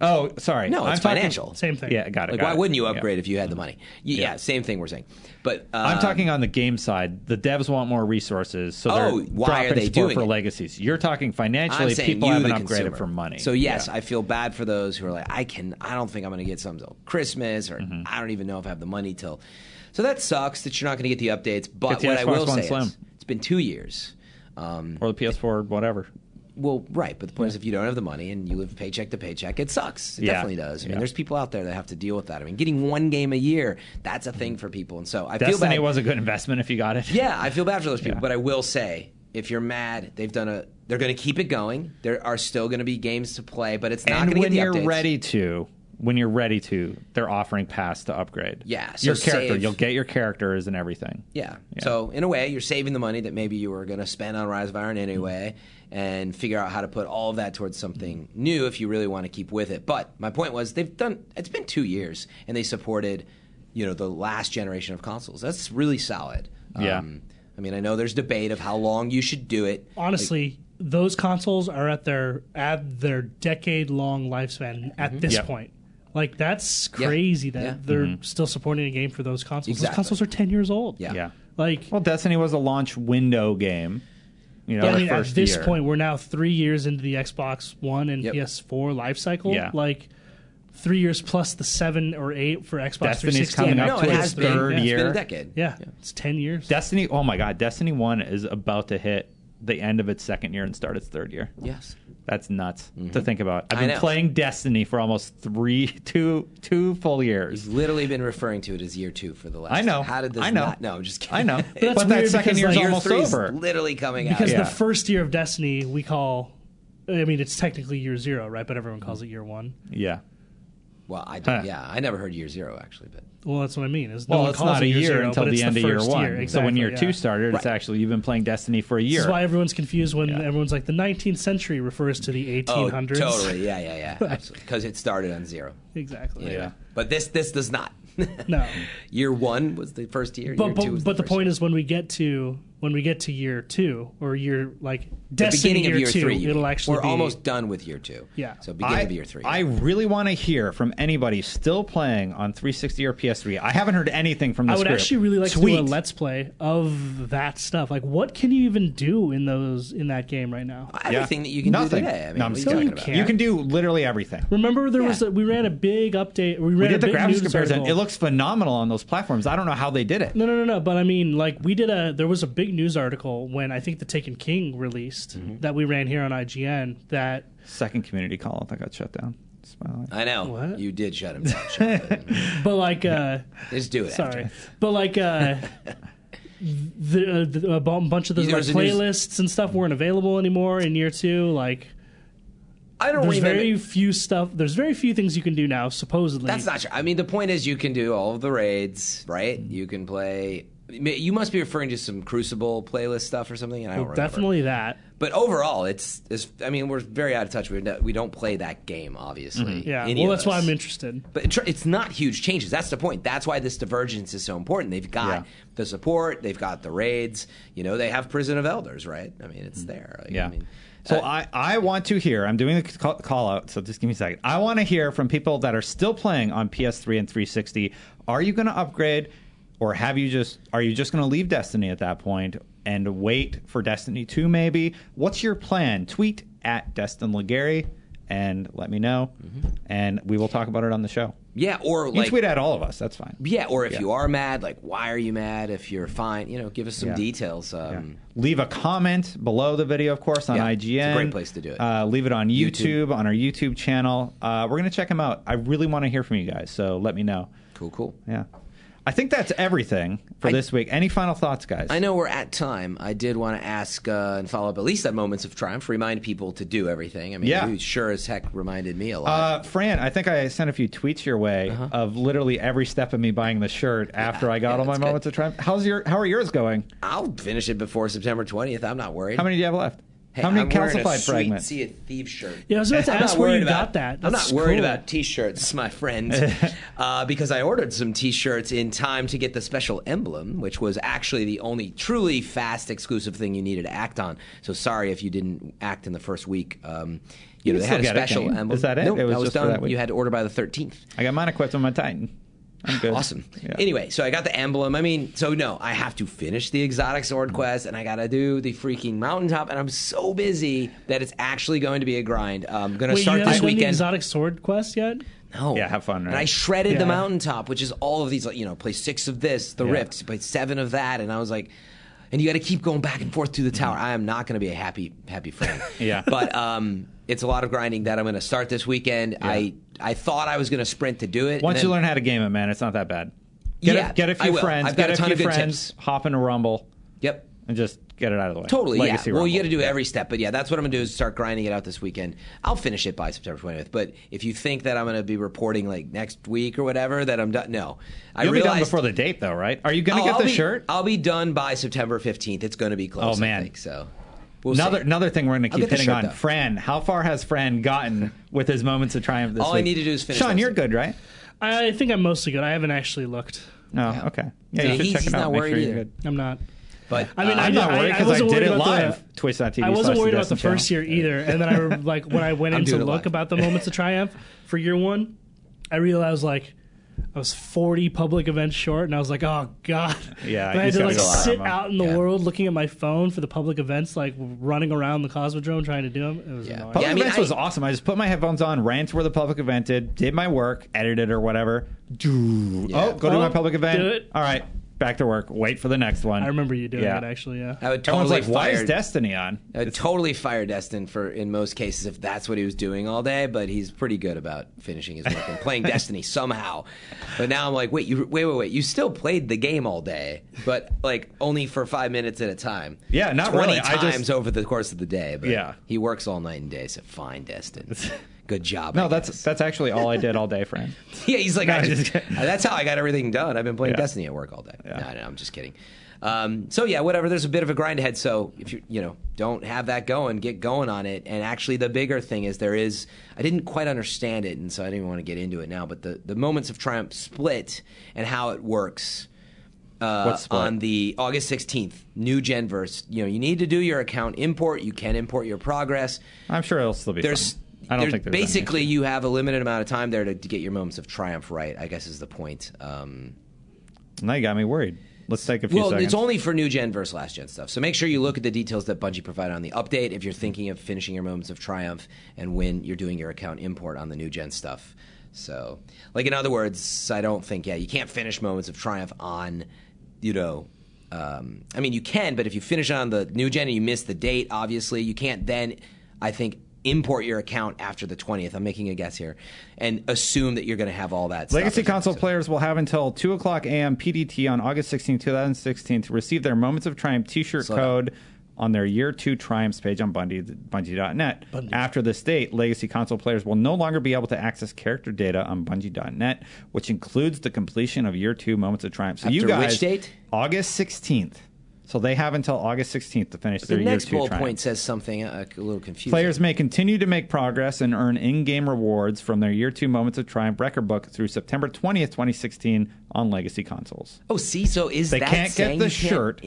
Speaker 1: Oh, sorry.
Speaker 2: No,
Speaker 1: I'm
Speaker 2: it's
Speaker 1: talking-
Speaker 2: financial.
Speaker 3: Same thing.
Speaker 1: Yeah, got it.
Speaker 2: Like,
Speaker 1: got
Speaker 2: why
Speaker 1: it.
Speaker 2: wouldn't you
Speaker 1: Yeah. Mm-hmm.
Speaker 2: upgrade if you had the money? Y- Yeah, same thing we're saying. But uh,
Speaker 1: I'm talking on the game side. The devs want more resources, so they're
Speaker 2: Oh, why are
Speaker 1: dropping
Speaker 2: they
Speaker 1: support
Speaker 2: doing
Speaker 1: for
Speaker 2: it?
Speaker 1: legacies. You're talking
Speaker 2: I'm
Speaker 1: financially.
Speaker 2: saying
Speaker 1: People
Speaker 2: you,
Speaker 1: haven't
Speaker 2: the
Speaker 1: upgraded
Speaker 2: consumer.
Speaker 1: for money.
Speaker 2: So yes,
Speaker 1: Yeah.
Speaker 2: I feel bad for those who are like, I can, I don't think I'm going to get some till Christmas, or
Speaker 1: Mm-hmm.
Speaker 2: I don't even know if I have the money till. So that sucks that you're not going to get the updates. But
Speaker 1: Get the
Speaker 2: what I
Speaker 1: Xbox
Speaker 2: will
Speaker 1: One
Speaker 2: say
Speaker 1: Slim.
Speaker 2: is, it's been two years. Um,
Speaker 1: or the PS4, whatever.
Speaker 2: well, right, but the point is, if you don't have the money and you live paycheck to paycheck, it sucks. It
Speaker 1: Yeah.
Speaker 2: definitely does. I mean,
Speaker 1: Yeah.
Speaker 2: there's people out there that have to deal with that. I mean, getting one game a year—that's a thing for people, and so I feel
Speaker 1: Mm-hmm. Destiny
Speaker 2: bad.
Speaker 1: was a good investment if you got it.
Speaker 2: Yeah, I feel bad for those people,
Speaker 1: Yeah.
Speaker 2: but I will say, if you're mad, they've done a. They're going to keep it going. There are still going to be games to play, but it's not
Speaker 1: and
Speaker 2: going to get
Speaker 1: when
Speaker 2: the
Speaker 1: you're
Speaker 2: updates.
Speaker 1: ready to, when you're ready to, they're offering pass to upgrade.
Speaker 2: Yeah, so
Speaker 1: your character.
Speaker 2: save-
Speaker 1: You'll get your characters and everything.
Speaker 2: Yeah. So in a way, you're saving the money that maybe you were going to spend on Rise of Iron anyway, and figure out how to put all of that towards something new if you really want to keep with it. But my point was, they've done. It's been two years, and they supported, you know, the last generation of consoles. That's really solid.
Speaker 1: Yeah.
Speaker 2: Um, I mean, I know there's debate of how long you should do it.
Speaker 3: Honestly, those consoles are at their at their decade long lifespan at this
Speaker 1: Yep.
Speaker 3: point. Like that's
Speaker 2: Mm-hmm. Yeah.
Speaker 3: crazy that
Speaker 2: Yeah. Mm-hmm.
Speaker 3: they're still supporting a game for those consoles.
Speaker 2: Exactly.
Speaker 3: Those consoles are ten years old.
Speaker 2: Yeah.
Speaker 1: Yeah.
Speaker 3: Like
Speaker 1: Well, Destiny was a launch window game. You know,
Speaker 3: I
Speaker 1: the
Speaker 3: mean, at
Speaker 1: first
Speaker 3: this
Speaker 1: year.
Speaker 3: point, we're now three years into the Xbox One and
Speaker 2: Yep.
Speaker 3: PS4 life cycle.
Speaker 1: Yeah.
Speaker 3: Like three years plus the seven or eight for Xbox
Speaker 1: Destiny's
Speaker 3: 360.
Speaker 1: coming
Speaker 2: No,
Speaker 1: up
Speaker 2: it
Speaker 1: to
Speaker 2: has
Speaker 1: its
Speaker 2: been.
Speaker 1: third
Speaker 2: Yeah, It's been
Speaker 1: year.
Speaker 2: a decade.
Speaker 3: Yeah, it's ten years.
Speaker 1: Destiny. Oh my God, Destiny One is about to hit the end of its second year and start its third year.
Speaker 2: Yes.
Speaker 1: That's nuts to think about. I've
Speaker 2: Mm-hmm. I
Speaker 1: been
Speaker 2: know.
Speaker 1: playing Destiny for almost three, two, two full years.
Speaker 2: You've literally been referring to it as year two for the last.
Speaker 1: I know.
Speaker 2: How did this
Speaker 1: I know.
Speaker 2: not? No, I'm just kidding.
Speaker 1: I know,
Speaker 3: that's
Speaker 1: but, that
Speaker 3: weird
Speaker 1: second
Speaker 3: because,
Speaker 1: year's
Speaker 3: like,
Speaker 2: year
Speaker 1: almost
Speaker 2: three is
Speaker 1: over.
Speaker 2: literally coming
Speaker 3: because
Speaker 2: out.
Speaker 1: Yeah.
Speaker 3: the first year of Destiny we call, I mean, it's technically year zero, right? But everyone calls it year one.
Speaker 1: Yeah.
Speaker 2: Well, I
Speaker 1: Huh.
Speaker 2: did, yeah, I never heard year zero actually, but
Speaker 3: Well, that's what I mean. Is no
Speaker 1: Well,
Speaker 3: one
Speaker 1: it's
Speaker 3: calls
Speaker 1: not
Speaker 3: it
Speaker 1: a year
Speaker 3: zero,
Speaker 1: until
Speaker 3: but it's
Speaker 1: the end of year
Speaker 3: first
Speaker 1: one. so when
Speaker 3: Exactly,
Speaker 1: year
Speaker 3: yeah.
Speaker 1: two started, it's
Speaker 2: Right.
Speaker 1: actually you've been playing Destiny for a year.
Speaker 3: This is why everyone's confused when
Speaker 1: Yeah.
Speaker 3: everyone's like the 19th century refers to the 1800s.
Speaker 2: Oh, totally, yeah, yeah, yeah, absolutely, because it started on zero.
Speaker 3: exactly.
Speaker 2: Yeah.
Speaker 1: Yeah.
Speaker 2: but this this does not.
Speaker 3: No.
Speaker 2: year one was the first year. year
Speaker 3: But
Speaker 2: two was
Speaker 3: but, but the
Speaker 2: first
Speaker 3: point is when we get to when we get to year two or year like
Speaker 2: year.
Speaker 3: Destiny
Speaker 2: beginning of year
Speaker 3: two,
Speaker 2: three. you
Speaker 3: it'll
Speaker 2: mean.
Speaker 3: actually
Speaker 2: we're
Speaker 3: be,
Speaker 2: almost done with year two.
Speaker 3: Yeah.
Speaker 2: so beginning
Speaker 1: I,
Speaker 2: of year three.
Speaker 1: I really want to hear from anybody still playing on 360 or PS3. I haven't heard anything from this
Speaker 3: I would
Speaker 1: group.
Speaker 3: actually really like
Speaker 1: Tweet.
Speaker 3: to do a let's play of that stuff. Like, what can you even do in those in that game right now?
Speaker 2: everything that you can
Speaker 1: Nothing.
Speaker 2: do today. I mean,
Speaker 1: No, I'm
Speaker 2: what are you
Speaker 1: just
Speaker 3: kidding.
Speaker 2: talking
Speaker 3: You
Speaker 2: about?
Speaker 3: can't.
Speaker 1: You can do literally everything.
Speaker 3: Remember, there was
Speaker 2: Yeah.
Speaker 3: a, we ran a big update. We, ran
Speaker 1: We
Speaker 3: a
Speaker 1: did the
Speaker 3: big
Speaker 1: graphics
Speaker 3: news
Speaker 1: comparison. It
Speaker 3: article.
Speaker 1: looks phenomenal on those platforms. I don't know how they did it.
Speaker 3: No, no, no, no. But I mean, like, we did a. There was a big news article when I think The Taken King released
Speaker 2: Mm-hmm.
Speaker 3: that we ran here on IGN that
Speaker 1: Second community call that got shut down. Smiling.
Speaker 2: I know
Speaker 3: What?
Speaker 2: you did shut him down. Sean.
Speaker 3: but like uh
Speaker 2: Just do it. after.
Speaker 3: sorry but like uh the, uh, the a bu- bunch of those
Speaker 2: There
Speaker 3: like
Speaker 2: was a news-
Speaker 3: playlists and stuff weren't available anymore in year two like
Speaker 2: I don't
Speaker 3: there's
Speaker 2: remember.
Speaker 3: very few stuff there's very few things you can do now supposedly
Speaker 2: That's not true. I mean, the point is you can do all of the raids, right? You can play. You must be referring to some Crucible playlist stuff or something, and I don't remember.
Speaker 3: definitely that
Speaker 2: But overall, it's, it's. I mean, we're very out of touch. We we don't play that game, obviously.
Speaker 1: Mm-hmm.
Speaker 3: yeah
Speaker 2: any
Speaker 3: well
Speaker 2: of
Speaker 3: that's why
Speaker 2: us.
Speaker 3: i'm interested
Speaker 2: But it tr- it's not huge changes. That's the point. That's why this divergence is so important. They've got
Speaker 1: Yeah.
Speaker 2: the support. They've got the raids. You know, they have Prison of Elders, right? I mean, it's there. Like,
Speaker 1: Mm-hmm. Yeah.
Speaker 2: I mean, uh,
Speaker 1: so I, I want to hear. I'm doing the call, call out, so just give me a second. I want to hear from people that are still playing on PS3 and 360. Are you going to upgrade, or have you just are you just going to leave Destiny at that point and wait for Destiny 2? Maybe. What's your plan? Tweet at Destin Legary and let me know, and we will talk about it on the show.
Speaker 2: yeah, or
Speaker 1: You
Speaker 2: Mm-hmm. like
Speaker 1: tweet at all of us. That's fine.
Speaker 2: Yeah, or if
Speaker 1: Yeah.
Speaker 2: you are mad, like why are you mad? If you're fine, you know, give us some
Speaker 1: Yeah.
Speaker 2: details.
Speaker 1: Yeah.
Speaker 2: Um,
Speaker 1: Leave a comment below the video, of course, on
Speaker 2: Yeah,
Speaker 1: IGN.
Speaker 2: it's a great place to do it.
Speaker 1: Uh, leave it on YouTube,
Speaker 2: YouTube.
Speaker 1: on our YouTube channel. Uh, we're going to check them out. I really want to hear from you guys, so let me know.
Speaker 2: Cool, cool.
Speaker 1: Yeah. I think that's everything for
Speaker 2: I-
Speaker 1: this week. Any final thoughts, guys?
Speaker 2: I know we're at time. I did want to ask uh, and follow up at least on moments of triumph. Remind people to do everything. I mean,
Speaker 1: Yeah.
Speaker 2: you sure as heck reminded me a lot.
Speaker 1: Uh, Fran, I think I sent a few tweets your way of literally every step of me buying the shirt after I got
Speaker 2: Uh-huh. yeah,
Speaker 1: all my
Speaker 2: that's good.
Speaker 1: moments of triumph. How's your? How are yours going?
Speaker 2: I'll finish it before September 20th. I'm not worried.
Speaker 1: How many do you have left?
Speaker 2: Hey,
Speaker 1: how many
Speaker 2: I'm wearing a
Speaker 1: calcified
Speaker 2: sweet
Speaker 1: fragments?
Speaker 2: Sea of Thieves shirt.
Speaker 3: Yeah, I was about to
Speaker 2: I'm
Speaker 3: ask
Speaker 2: not
Speaker 3: where you
Speaker 2: worried about-
Speaker 3: got that.
Speaker 2: I'm
Speaker 3: That's
Speaker 2: not worried
Speaker 3: cool.
Speaker 2: about t-shirts, my friend, uh, because I ordered some t-shirts in time to get the special emblem, which was actually the only truly fast exclusive thing you needed to act on. So sorry if you didn't act in the first week. Um,
Speaker 1: You
Speaker 2: you, know,
Speaker 1: can
Speaker 2: they had a
Speaker 1: still get it,
Speaker 2: special
Speaker 1: can't you?
Speaker 2: emblem.
Speaker 1: Is that it?
Speaker 2: Nope,
Speaker 1: It was
Speaker 2: that was
Speaker 1: just for
Speaker 2: done.
Speaker 1: that week?
Speaker 2: You had to order by the 13th.
Speaker 1: I got mine equipped on my Titan. I'm good.
Speaker 2: Awesome.
Speaker 1: Yeah.
Speaker 2: Anyway, so I got the emblem. I mean, so no, I have to finish the exotic
Speaker 1: Mm-hmm.
Speaker 2: sword quest, and I got to do the freaking mountaintop, and I'm so busy that it's actually going to be a grind. I'm going to
Speaker 3: Wait,
Speaker 2: start
Speaker 3: you
Speaker 2: this
Speaker 3: haven't done the
Speaker 2: weekend.
Speaker 3: exotic sword quest yet?
Speaker 2: no,
Speaker 1: Yeah, have fun,
Speaker 2: And
Speaker 1: right?
Speaker 2: I shredded
Speaker 3: Yeah.
Speaker 2: the mountaintop, which is all of these. Like, you know, play six of this, the
Speaker 1: Yeah.
Speaker 2: rift, play seven of that, and I was like. And you got to keep going back and forth through the tower. I am not going to be a happy, happy friend.
Speaker 1: Mm-hmm. Yeah.
Speaker 2: But um, it's a lot of grinding that I'm going to start this weekend. I I thought I was going to sprint to do it.
Speaker 1: Once
Speaker 2: and
Speaker 1: you
Speaker 2: then-
Speaker 1: learn how to game it, man, it's not that bad. Get,
Speaker 2: Yeah,
Speaker 1: a, get a
Speaker 2: I
Speaker 1: few
Speaker 2: will.
Speaker 1: friends,
Speaker 2: I've got
Speaker 1: get
Speaker 2: a ton
Speaker 1: few
Speaker 2: of good
Speaker 1: friends,
Speaker 2: tips.
Speaker 1: hop in a rumble,
Speaker 2: Yep.
Speaker 1: and just get it out of the way.
Speaker 2: Totally,
Speaker 1: Legacy
Speaker 2: yeah. Well,
Speaker 1: Rumble.
Speaker 2: you got to do every step, but yeah, that's what I'm gonna do is start grinding it out this weekend. I'll finish it by September 20th. But if you think that I'm gonna be reporting like next week or whatever that I'm done, no, I
Speaker 1: You'll be done
Speaker 2: realized-
Speaker 1: before the date, though, right? Are you going to
Speaker 2: Oh,
Speaker 1: get
Speaker 2: I'll
Speaker 1: the
Speaker 2: be-
Speaker 1: shirt?
Speaker 2: I'll be done by September 15th. It's gonna be close.
Speaker 1: Oh, man.
Speaker 2: I think, so we'll see.
Speaker 1: another another thing we're going to keep
Speaker 2: get the
Speaker 1: hitting
Speaker 2: shirt,
Speaker 1: on.
Speaker 2: though.
Speaker 1: Fran, how far has Fran gotten with his moments of triumph this
Speaker 2: All I
Speaker 1: week?
Speaker 2: need to do is finish
Speaker 1: Sean,
Speaker 2: those.
Speaker 1: you're good, right?
Speaker 3: I think I'm mostly good. I haven't actually looked.
Speaker 1: Oh, okay. Yeah, you
Speaker 2: Yeah,
Speaker 1: should
Speaker 2: he's-
Speaker 1: check
Speaker 2: he's
Speaker 1: it out.
Speaker 2: not
Speaker 1: Make
Speaker 2: worried
Speaker 1: sure you're
Speaker 2: either.
Speaker 1: good.
Speaker 3: I'm not.
Speaker 2: But
Speaker 3: I mean,
Speaker 2: uh,
Speaker 3: I,
Speaker 1: I'm not
Speaker 3: I-
Speaker 1: worried
Speaker 3: I
Speaker 1: because I,
Speaker 3: wasn't
Speaker 1: did
Speaker 3: worried
Speaker 1: it
Speaker 3: about the-
Speaker 1: live. Twitch.tv.
Speaker 3: I wasn't
Speaker 1: slash
Speaker 3: worried about the
Speaker 1: Dustin
Speaker 3: first
Speaker 1: Channel.
Speaker 3: year either, and then I re- like when I went in to
Speaker 2: doing it
Speaker 3: look
Speaker 2: live.
Speaker 3: about the moments of triumph for year one, I realized like I was forty public events short, and I was like, oh god,
Speaker 1: Yeah,
Speaker 3: And I had
Speaker 1: he's
Speaker 3: to
Speaker 1: got
Speaker 3: like
Speaker 1: a lot of
Speaker 3: sit
Speaker 1: them.
Speaker 3: out in the
Speaker 2: Yeah.
Speaker 3: world looking at my phone for the public events, like running around the Cosmodrome trying to do them. It was
Speaker 2: Yeah.
Speaker 3: annoying.
Speaker 1: Public
Speaker 2: I mean,
Speaker 1: events
Speaker 2: I-
Speaker 1: was awesome. I just put my headphones on, ran to where the public event did, did my work, edited or whatever. Do oh, go to
Speaker 3: Oh,
Speaker 1: my public event.
Speaker 3: do it.
Speaker 1: All right, back to work. Wait for the next one.
Speaker 3: I remember you doing
Speaker 1: Yeah.
Speaker 3: it actually.
Speaker 2: I
Speaker 3: Yeah,
Speaker 2: would
Speaker 1: Everyone's
Speaker 2: totally
Speaker 1: like, "Why
Speaker 2: fire
Speaker 1: is Destiny on?"
Speaker 2: I would Uh, totally fire Destin for in most cases if that's what he was doing all day, but he's pretty good about finishing his work and playing Destiny somehow. But now I'm like, wait, you wait, wait, wait, you still played the game all day, but like only for five minutes at a time.
Speaker 1: Yeah, not
Speaker 2: twenty
Speaker 1: really. I
Speaker 2: times
Speaker 1: just-
Speaker 2: over the course of the day. But
Speaker 1: Yeah.
Speaker 2: he works all night and day, so fine, Destin. Good job. I
Speaker 1: No, that's
Speaker 2: guess.
Speaker 1: that's actually all I did all day, Frank.
Speaker 2: Yeah, he's like,
Speaker 1: No,
Speaker 2: I
Speaker 1: I'm
Speaker 2: just-
Speaker 1: just kidding.
Speaker 2: that's how I got everything done. I've been playing
Speaker 1: Yeah.
Speaker 2: Destiny at work all day. No, no, I'm just kidding. Um, so yeah, whatever. There's a bit of a grind ahead. So if you you know don't have that going, get going on it. And actually, the bigger thing is there is I didn't quite understand it, and so I didn't even want to get into it now. But the the moments of triumph split and how it works uh,
Speaker 1: What split?
Speaker 2: on the August 16th new Genverse. You know, you need to do your account import. You can import your progress
Speaker 1: I'm sure it'll still be.
Speaker 2: there's
Speaker 1: fun. I don't
Speaker 2: there's-
Speaker 1: think there's any
Speaker 2: basically you have a limited amount of time there to, to get your moments of triumph right. I guess is the point. Um,
Speaker 1: issue. Now you got me worried. Let's take a few
Speaker 2: well,
Speaker 1: seconds.
Speaker 2: it's only for new gen versus last gen stuff. So make sure you look at the details that Bungie provided on the update if you're thinking of finishing your moments of triumph and when you're doing your account import on the new gen stuff. So, like in other words, I don't think yeah, you can't finish moments of triumph on, you know. Um, I mean, you can, but if you finish on the new gen and you miss the date, obviously you can't. Then, I think import your account after the twentieth. I'm making a guess here, and assume that you're going to have all that. stuff
Speaker 1: Legacy
Speaker 2: as well.
Speaker 1: console
Speaker 2: So-
Speaker 1: players will have until 2 o'clock a.m. PDT on August 16, 2016 to receive their Moments of Triumph t shirt
Speaker 2: So-
Speaker 1: code on their Year 2 Triumphs page on Bungie, Bungie.net. After this date, Legacy console players will no longer be able to access character data on Bungie.net, which includes the completion of Year 2 Moments of Triumph. So you
Speaker 2: After which
Speaker 1: guys,
Speaker 2: date?
Speaker 1: August 16th. So they have until August 16th to finish
Speaker 2: The
Speaker 1: their Year
Speaker 2: next
Speaker 1: 2
Speaker 2: bullet
Speaker 1: Triumphs.
Speaker 2: point says something uh, a little confusing.
Speaker 1: Players may continue to make progress and earn in game rewards from their year two Moments of Triumph record book through September 20th, 2016 on legacy consoles.
Speaker 2: Oh, see, so is
Speaker 1: They
Speaker 2: that
Speaker 1: can't
Speaker 2: saying
Speaker 1: get the
Speaker 2: you can't-
Speaker 1: shirt.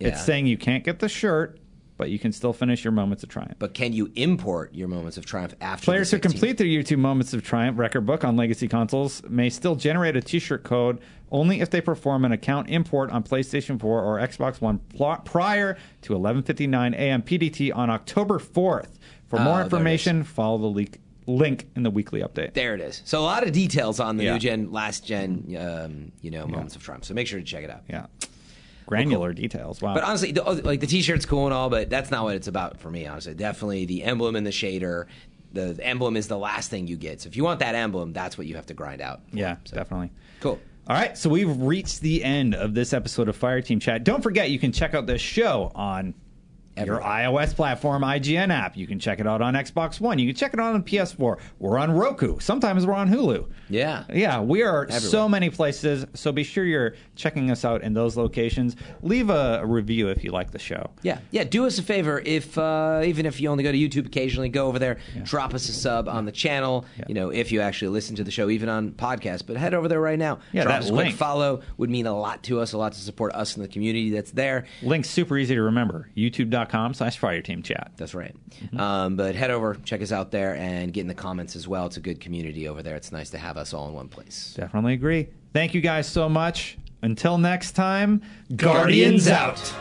Speaker 2: Yeah.
Speaker 1: It's saying you can't get the shirt, but you can still finish your Moments of Triumph.
Speaker 2: But can you import your moments of triumph after?
Speaker 1: Players
Speaker 2: the
Speaker 1: who complete their year two Moments of Triumph record book on legacy consoles may still generate a t shirt code only if they perform an account import on PlayStation 4 or Xbox One pl- prior to 11:59 a.m. PDT on October 4th. For more
Speaker 2: Oh, there it is.
Speaker 1: information, follow the leak link in the weekly update.
Speaker 2: There it is. So a lot of details on the
Speaker 1: Yeah.
Speaker 2: new gen, last gen, um, you know, moments of triumph. So make sure to check it out.
Speaker 1: Yeah. Granular details. Wow.
Speaker 2: But honestly, the, like the T-shirt's cool and all, but that's not what it's about for me. Honestly, definitely the emblem and the shader. The emblem is the last thing you get. So if you want that emblem, that's what you have to grind out. for.
Speaker 1: yeah,
Speaker 2: So,
Speaker 1: definitely.
Speaker 2: Cool.
Speaker 1: All right, so we've reached the end of this episode of Fireteam Chat. Don't forget, you can check out this show on your iOS platform, IGN app. You can check it out on Xbox One. You can check it out on PS4. We're on Roku. Sometimes we're on Hulu.
Speaker 2: Yeah.
Speaker 1: Yeah, we are so many places. So be sure you're checking us out in those locations. Leave a a review if you like the show.
Speaker 2: Yeah, yeah. Do us a favor, if uh, even if you only go to YouTube occasionally, go over there, drop us a sub on the channel. You know, if you actually listen to the show, even on podcast, but head over there right now.
Speaker 1: Yeah,
Speaker 2: drop
Speaker 1: that
Speaker 2: us a quick
Speaker 1: link.
Speaker 2: follow would mean a lot to us, a lot to support us and the community that's there.
Speaker 1: Link's super easy to remember. YouTube.com slash Fireteam Chat.
Speaker 2: That's right.
Speaker 1: Mm-hmm.
Speaker 2: Um, but head over, check us out there, and get in the comments as well. It's a good community over there. It's nice to have us all in one place.
Speaker 1: Definitely agree. Thank you guys so much. Until next time,
Speaker 2: Guardians out.